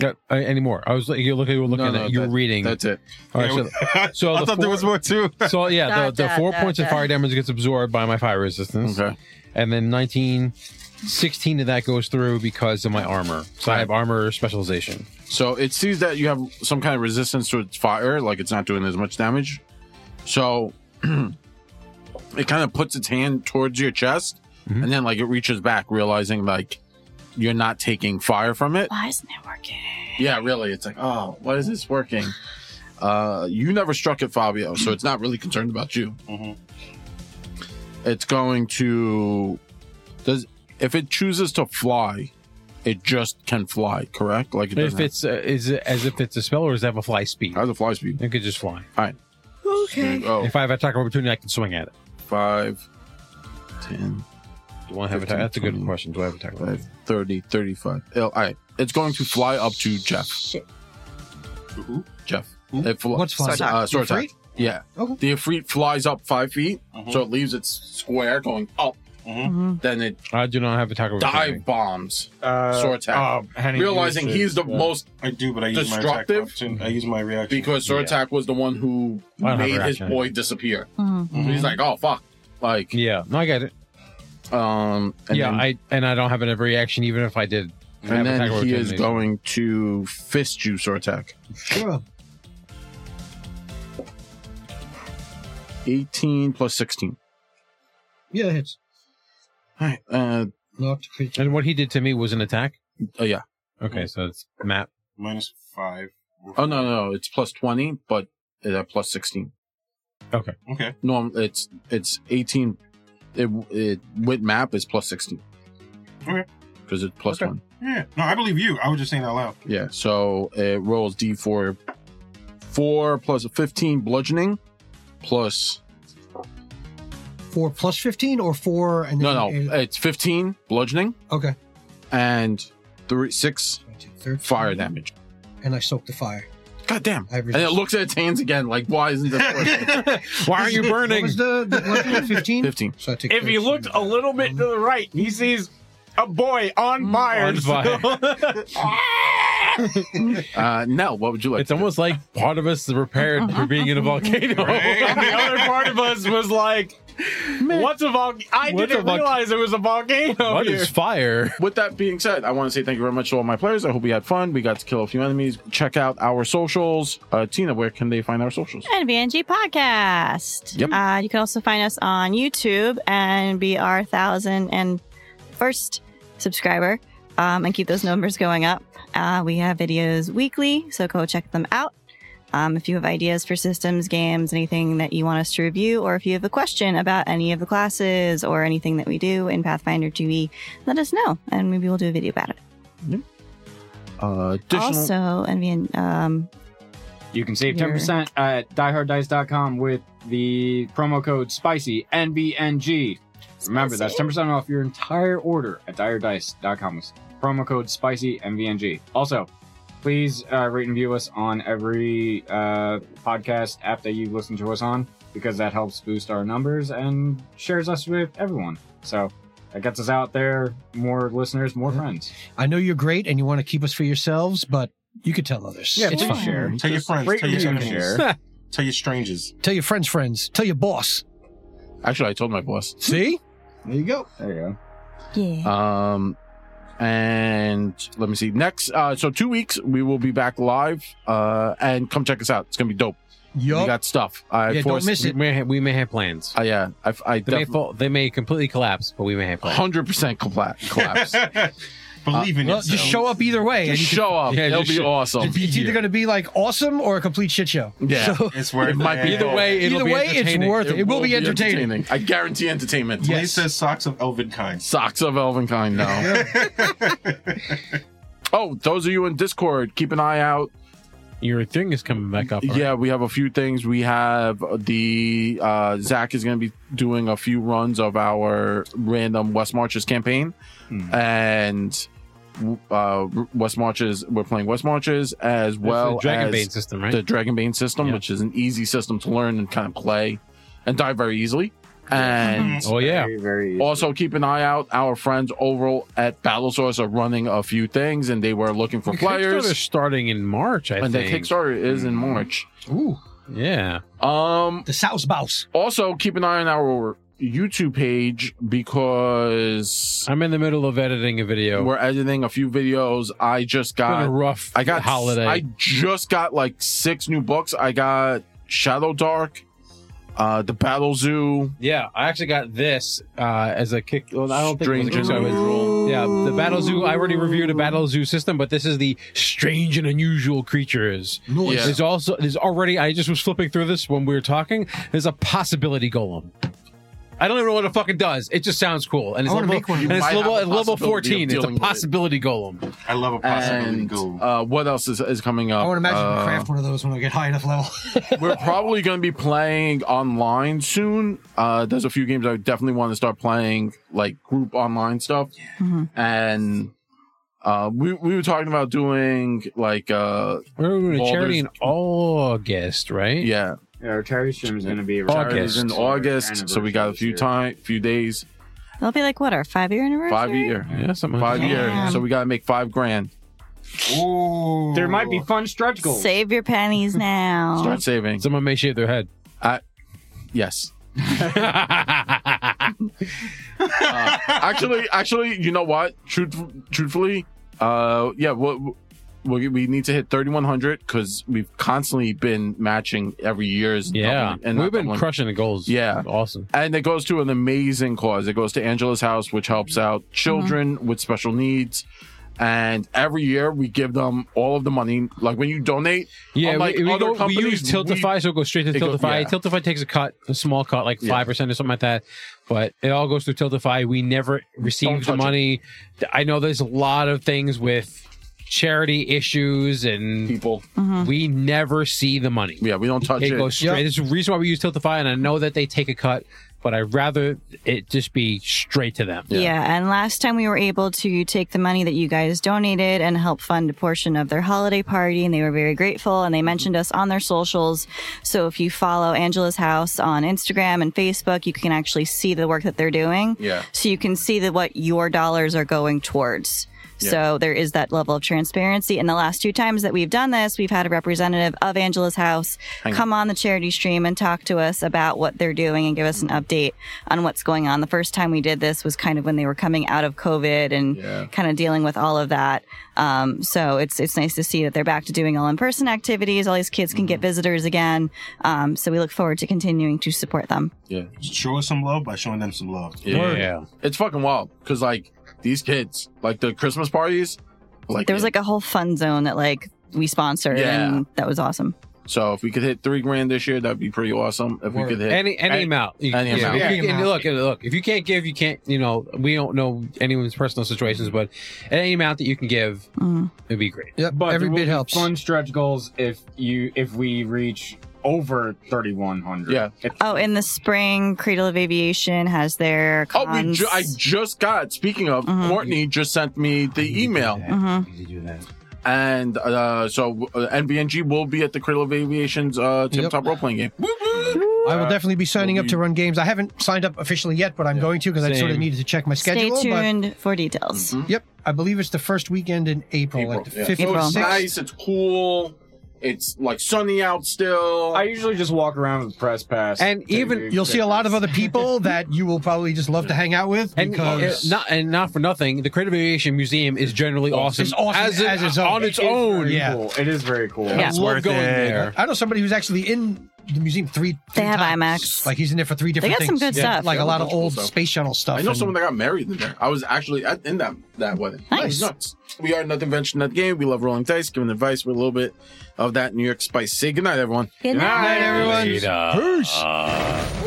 F: Yeah, uh, any more? I was like, you're looking, you were looking
A: No, no,
F: at, you're
A: that-
F: reading.
A: That's it.
F: All right,
E: Yeah, I
F: so, so
E: thought
F: the
E: there
F: four-
E: was more too.
F: so yeah, the,
G: Da,
F: the
G: da,
F: four
G: da,
F: points of
G: da.
F: fire damage gets absorbed by my fire resistance.
A: Okay.
F: And then 19, 16 of that goes through because of my armor. So I have armor specialization.
A: So it sees that you have some kind of resistance to its fire, like it's not doing as much damage. So it kind of puts its hand towards your chest
F: Mhm.
A: and then like it reaches back, realizing like you're not taking fire from it.
G: Why isn't it working?
A: Yeah, really. It's like, oh, why is this working? Uh, you never struck at Fabio, so it's not really concerned about you.
F: Mm-hmm.
E: Mhm.
A: It's going to does if it chooses to fly, it just can fly, correct? Like it doesn't
F: If it's uh, is it as if it's a spell or does it have a fly speed?
A: have, has a fly speed.
F: It could just fly.
H: Okay.
A: Oh,
F: If I have attack of opportunity, I can swing at it.
A: five, 10,
F: Do I have attack? That's a good question. Do I have attack? of opportunity?
A: five, 30, 35. Oh, all right. It's going to fly up to Jeff.
G: Shit.
A: Jeff. It fl-
D: What's flying?
A: Uh, sword
D: The
A: attack. Yeah.
D: Okay.
A: The Ifrit flies up five feet,
E: Mhm.
A: so it leaves its square going up.
F: Mm-hmm.
A: Then it
F: I do not have attack of opportunity.
A: dive bombs,
C: Uh,
A: Sword
E: um,
A: attack.
C: uh, Henning
A: realizing
C: used it,
A: he's the
C: yeah.
A: most
E: I do, but I use my
A: Destructive?
E: attack. opportun- I use my reaction
A: because Sword Attack was the one who
F: I don't have
A: made his
F: reaction.
A: boy disappear.
G: Mm.
A: So He's like, oh fuck, like,
F: Yeah, no, I get it.
A: um, and
F: yeah,
A: then-
F: I and I don't have an reaction even if I did. I have
A: and
F: attack
A: then
F: of
A: he is
F: opportunity.
A: going to fist you, Sword Attack.
D: Sure.
A: 18 plus 16.
D: Yeah, it hits.
A: All right, uh,
D: Not creature.
F: And what he did to me was an attack.
A: oh yeah.
F: Okay, so it's map.
E: minus five.
A: Oh no, no, no, it's plus 20, but uh, plus 16.
E: Okay.
A: No, it's it's 18. It, it with map is plus 16.
E: Okay.
A: Because it's plus
E: Okay.
A: one.
E: Yeah. No, I believe you. I was just saying that out loud.
A: Yeah. So it rolls d4, four plus 15 bludgeoning, plus
D: Four plus fifteen or four and
A: no,
D: then-
A: no, it's 15 bludgeoning
D: Okay.
A: and three six fire damage.
D: And I soak the fire.
A: God damn.
D: I
A: And it
D: resist.
A: looks at its hands again, like why isn't this working?
F: Why aren't you
D: What
F: burning?
D: was the, the bludgeoning? 15?
A: 15.
D: So I take
C: If he
D: 13.
C: looked a little bit to the right, he sees a boy Mm, on fire.
F: on fire.
A: Uh, Nell, what would you like?
F: It's almost like part of us is prepared for being in a volcano.
C: And the other part of us was like, "What's a volcano?" I
F: What's
C: didn't
F: a volca-
C: realize it was a volcano
F: What
C: here.
F: is fire?
A: with that being said, I want to say thank you very much to all my players. I hope we had fun. We got to kill a few enemies. Check out our socials. Uh, Tina, where can they find our socials?
G: And VNG Podcast.
A: Yep.
G: Uh, you can also find us on YouTube and be our thousand and first subscriber um, and keep those numbers going up. Uh, we have videos weekly, so go check them out. Um, if you have ideas for systems, games, anything that you want us to review, or if you have a question about any of the classes or anything that we do in Pathfinder 2e, let us know and maybe we'll do a video about it.
A: Uh, additional,
G: Also, NVN, um,
C: You can save
G: Here.
C: 10% at dieharddice.com with the promo code SPICY, NBNG. Remember, that's 10% off your entire order at dieharddice.com with promo code SPICY, NBNG. Also, please uh, rate and view us on every uh, podcast app that you listen to us on because that helps boost our numbers and shares us with everyone. So that gets us out there, more listeners, more friends.
D: I know you're great and you want to keep us for yourselves, but you could tell others.
C: Yeah,
D: it's
C: please
D: fine.
C: share.
E: Tell your friends.
C: Rate
E: Tell your
C: review,
E: enemies.
C: share.
E: Tell your strangers.
D: Tell your friends' friends. Tell your boss.
A: actually, I told my boss.
D: See?
C: There you go. There you go.
G: yeah.
A: Um, and let me see. Next, uh, so two weeks we will be back live. Uh, and come check us out. It's gonna be dope. We
D: Yup.
A: got stuff. I
D: Yeah, don't
A: forced-
D: miss
F: We
D: it.
F: may have, we may have plans.
A: Uh, yeah, I, I
F: They may, fall, they may completely collapse, but we may have plans.
A: hundred percent collapse.
E: Believe in
D: Uh, Well,
E: yourself.
D: just show up either way.
A: Just
D: and you
A: show up.
F: Yeah,
A: It'll
F: just
A: be
F: show-
A: awesome.
D: can- it's either going to be like awesome or a complete shit show.
A: Yeah.
D: So,
E: It's worth
A: It might be
E: it.
A: the
F: Either way, it'll
D: Either
F: be
D: way, it's
F: entertaining.
D: worth it. It will be entertaining.
A: I guarantee entertainment.
E: Blaze says socks of elven kind.
A: Socks of Elvenkind now. oh, those of you in Discord, keep an eye out.
F: Your thing is coming back up.
A: Yeah, we have a few things. We have the uh Zach is gonna be doing
F: Hmm.
A: a few runs of our random West Marches campaign. And uh, West Marches. We're playing West Marches as well
F: the Dragon
A: as
F: Bane system, right?
A: the Dragonbane system,
F: Yeah.
A: which is an easy system to learn and kind of play and die very easily. And
F: oh yeah,
C: Very, very easy.
A: also keep an eye out. Our friends over at Battle Source are running a few things, and they were looking for
F: Kickstarter's
A: players.
F: starting in March, I
A: And the
F: think.
A: Kickstarter is in March.
D: Ooh,
F: Yeah,
A: Um,
D: the South Bouse.
A: also keep an eye on our YouTube page because
F: I'm in the middle of editing a video.
A: we're editing a few videos. I just
F: It's
A: got
F: been a rough
A: I got
F: holiday.
A: I just got like six new books. I got Shadow Dark, uh, The Battle Zoo.
F: yeah, I actually got this uh, as a kick. Well, I don't think it
A: Strange
F: was a
A: and
F: kick-
A: Unusual.
F: Yeah, the Battle Zoo. I already reviewed a Battle Zoo system, but this is the strange and unusual creatures.
A: Yeah.
F: There's also there's already. I just was flipping through this when we were talking. There's a possibility golem. I don't even know what it fucking does. It just sounds cool, and it's
J: I wanna
F: level,
J: make one.
F: and
A: You
F: it's
A: might
F: level
A: have a possibility
F: level
A: of
F: fourteen. It's a
A: dealing with it.
F: possibility golem.
E: I love a possibility
A: And
E: goal.
A: uh, what else is, is coming up?
D: I would imagine we
A: Uh,
D: craft one of those when we get high enough level.
A: we're probably going to be playing online soon. Uh, there's a few games I definitely want to start playing, like group online stuff.
B: Mhm.
A: And uh, we we were talking about doing like uh,
F: We're doing a
A: Baldur's-
F: charity in August, right?
A: yeah,
C: Yeah, our charity stream is going to be around
A: charities in
C: our
A: August. So we got a
C: anniversary
A: few
C: this year.
A: time, few days,
B: That'll be like what our five year anniversary.
A: five year,
F: yeah, something like
A: five
F: that.
A: year.
B: Damn.
A: So we got to make five grand.
D: uh,
E: Ooh.
C: There might be fun stretch goals.
B: Save your pennies now.
A: Start saving.
F: Someone may shave their head.
A: Yes.
F: That's
A: Uh, actually, actually, you know what? Truth, truthfully, uh, yeah, we, we, we need to hit 3,100 because we've constantly been matching every year's.
F: yeah,
A: doubling-
F: and
A: not
F: we've been
A: doubling.
F: crushing the goals.
A: Yeah.
F: awesome.
A: And it goes to an amazing cause. It goes to Angela's House, which helps out
F: Mm-hmm.
A: children with special needs. And every year we give them all of the money. Like when you donate,
F: Yeah,
A: Unlike
F: we, we,
A: other
F: go, we use
A: companies,
F: Tiltify, so it goes straight to
A: It go-
F: Tiltify.
A: yeah.
F: Tiltify takes a cut, a small cut, like
A: Yeah.
F: five percent or something like that. But it all goes through Tiltify. We never
A: Don't
F: receive the
A: touch it.
F: money. I know there's a lot of things with charity issues, and
A: people,
F: we never see the money.
A: yeah, we don't touch
F: It
A: it.
F: goes straight.
D: Yep.
F: There's a reason why we use Tiltify, and I know that they take a cut, but I'd rather it just be straight to them.
B: Yeah. and last time we were able to take the money that you guys donated and help fund a portion of their holiday party, and they were very grateful. And they mentioned us on their socials. So if you follow Angela's House on Instagram and Facebook, you can actually see the work that they're doing.
A: Yeah.
B: So you can see that what your dollars are going towards. So there is that level of transparency. And the last two times that we've done this, we've had a representative of Angela's House come on the charity stream and talk to us about what they're doing and give us an update on what's going on. The first time we did this was kind of when they were coming out of COVID and
A: Yeah.
B: kind of dealing with all of that. Um, so it's it's nice to see that they're back to doing all in person activities. All these kids can
A: Mm-hmm.
B: get visitors again. Um, so we look forward to continuing to support them.
E: Show us some love by showing them some love.
A: Yeah. It's fucking wild because, like, these kids, like the Christmas parties, like,
B: There was like a whole fun zone that like we sponsored,
A: Yeah.
B: and that was awesome.
A: So if we could hit three grand this year, that'd be pretty awesome. If we
D: Word.
A: could hit
F: any any
A: Any-
F: amount. You-
A: any
F: yeah,
A: amount.
F: if you
D: Any
F: can-
D: amount.
F: Look, look. If you can't give, you can't. You know, we don't know anyone's personal situations, but any amount that you can give,
B: Mhm.
F: it'd be great.
D: Yep,
C: But
D: every
C: there will
D: bit
C: be
D: helps.
C: Fun stretch goals if you if we reach over thirty one hundred.
A: Yeah.
B: Oh, in the spring, Cradle of Aviation has their
A: Oh,
B: cons.
A: we ju- I just got. Speaking of,
B: Mhm.
A: Courtney just sent me the email,
B: Mhm.
A: and uh, so uh, NBNG will be at the Cradle of Aviation's uh, tip top role playing game.
D: I
C: uh,
D: will definitely be signing
A: will
D: up
A: be-
D: to run games. I haven't signed up officially yet, but I'm going to because I sort of
F: Same.
D: needed to check my
B: Stay
D: schedule.
B: tuned for
A: Mm-hmm.
B: details.
D: But yep, I believe it's the first weekend in April, like the
A: yeah.
D: 5th
A: So
D: or
B: April.
A: it's
D: 6th.
A: nice. It's cool. It's like sunny out still.
C: I usually just walk around with press pass,
F: And
C: Take
F: even-
C: your
D: You'll see a lot of
C: pictures.
D: other people that you will probably just love to hang out with
F: And
D: because Oh,
F: uh, not and not for nothing, the Creative Aviation Museum is generally awesome.
D: It's awesome
F: it-
D: as its own.
F: on its
C: It is
F: own.
C: very
D: yeah.
C: cool. It is very cool.
F: I
B: Yeah.
F: love
J: worth
F: going
J: it.
F: there.
D: I know somebody who's actually in the museum three.
B: They
D: three
B: have
D: times.
B: IMAX.
D: Like he's in there for three
B: They
D: different
B: got some
D: things.
B: good stuff.
D: Like a lot of
A: Cool
D: old
A: stuff.
D: space shuttle stuff.
A: I know
D: and-
A: someone that got married in there. I was actually at, in that that wedding. It was
D: Nice.
A: nuts. We are not invention, not game. We love rolling dice, giving advice with a little bit of that New York spice. Say goodnight, everyone.
B: Good night.
D: Hey, everyone.
F: Later.
D: Peace.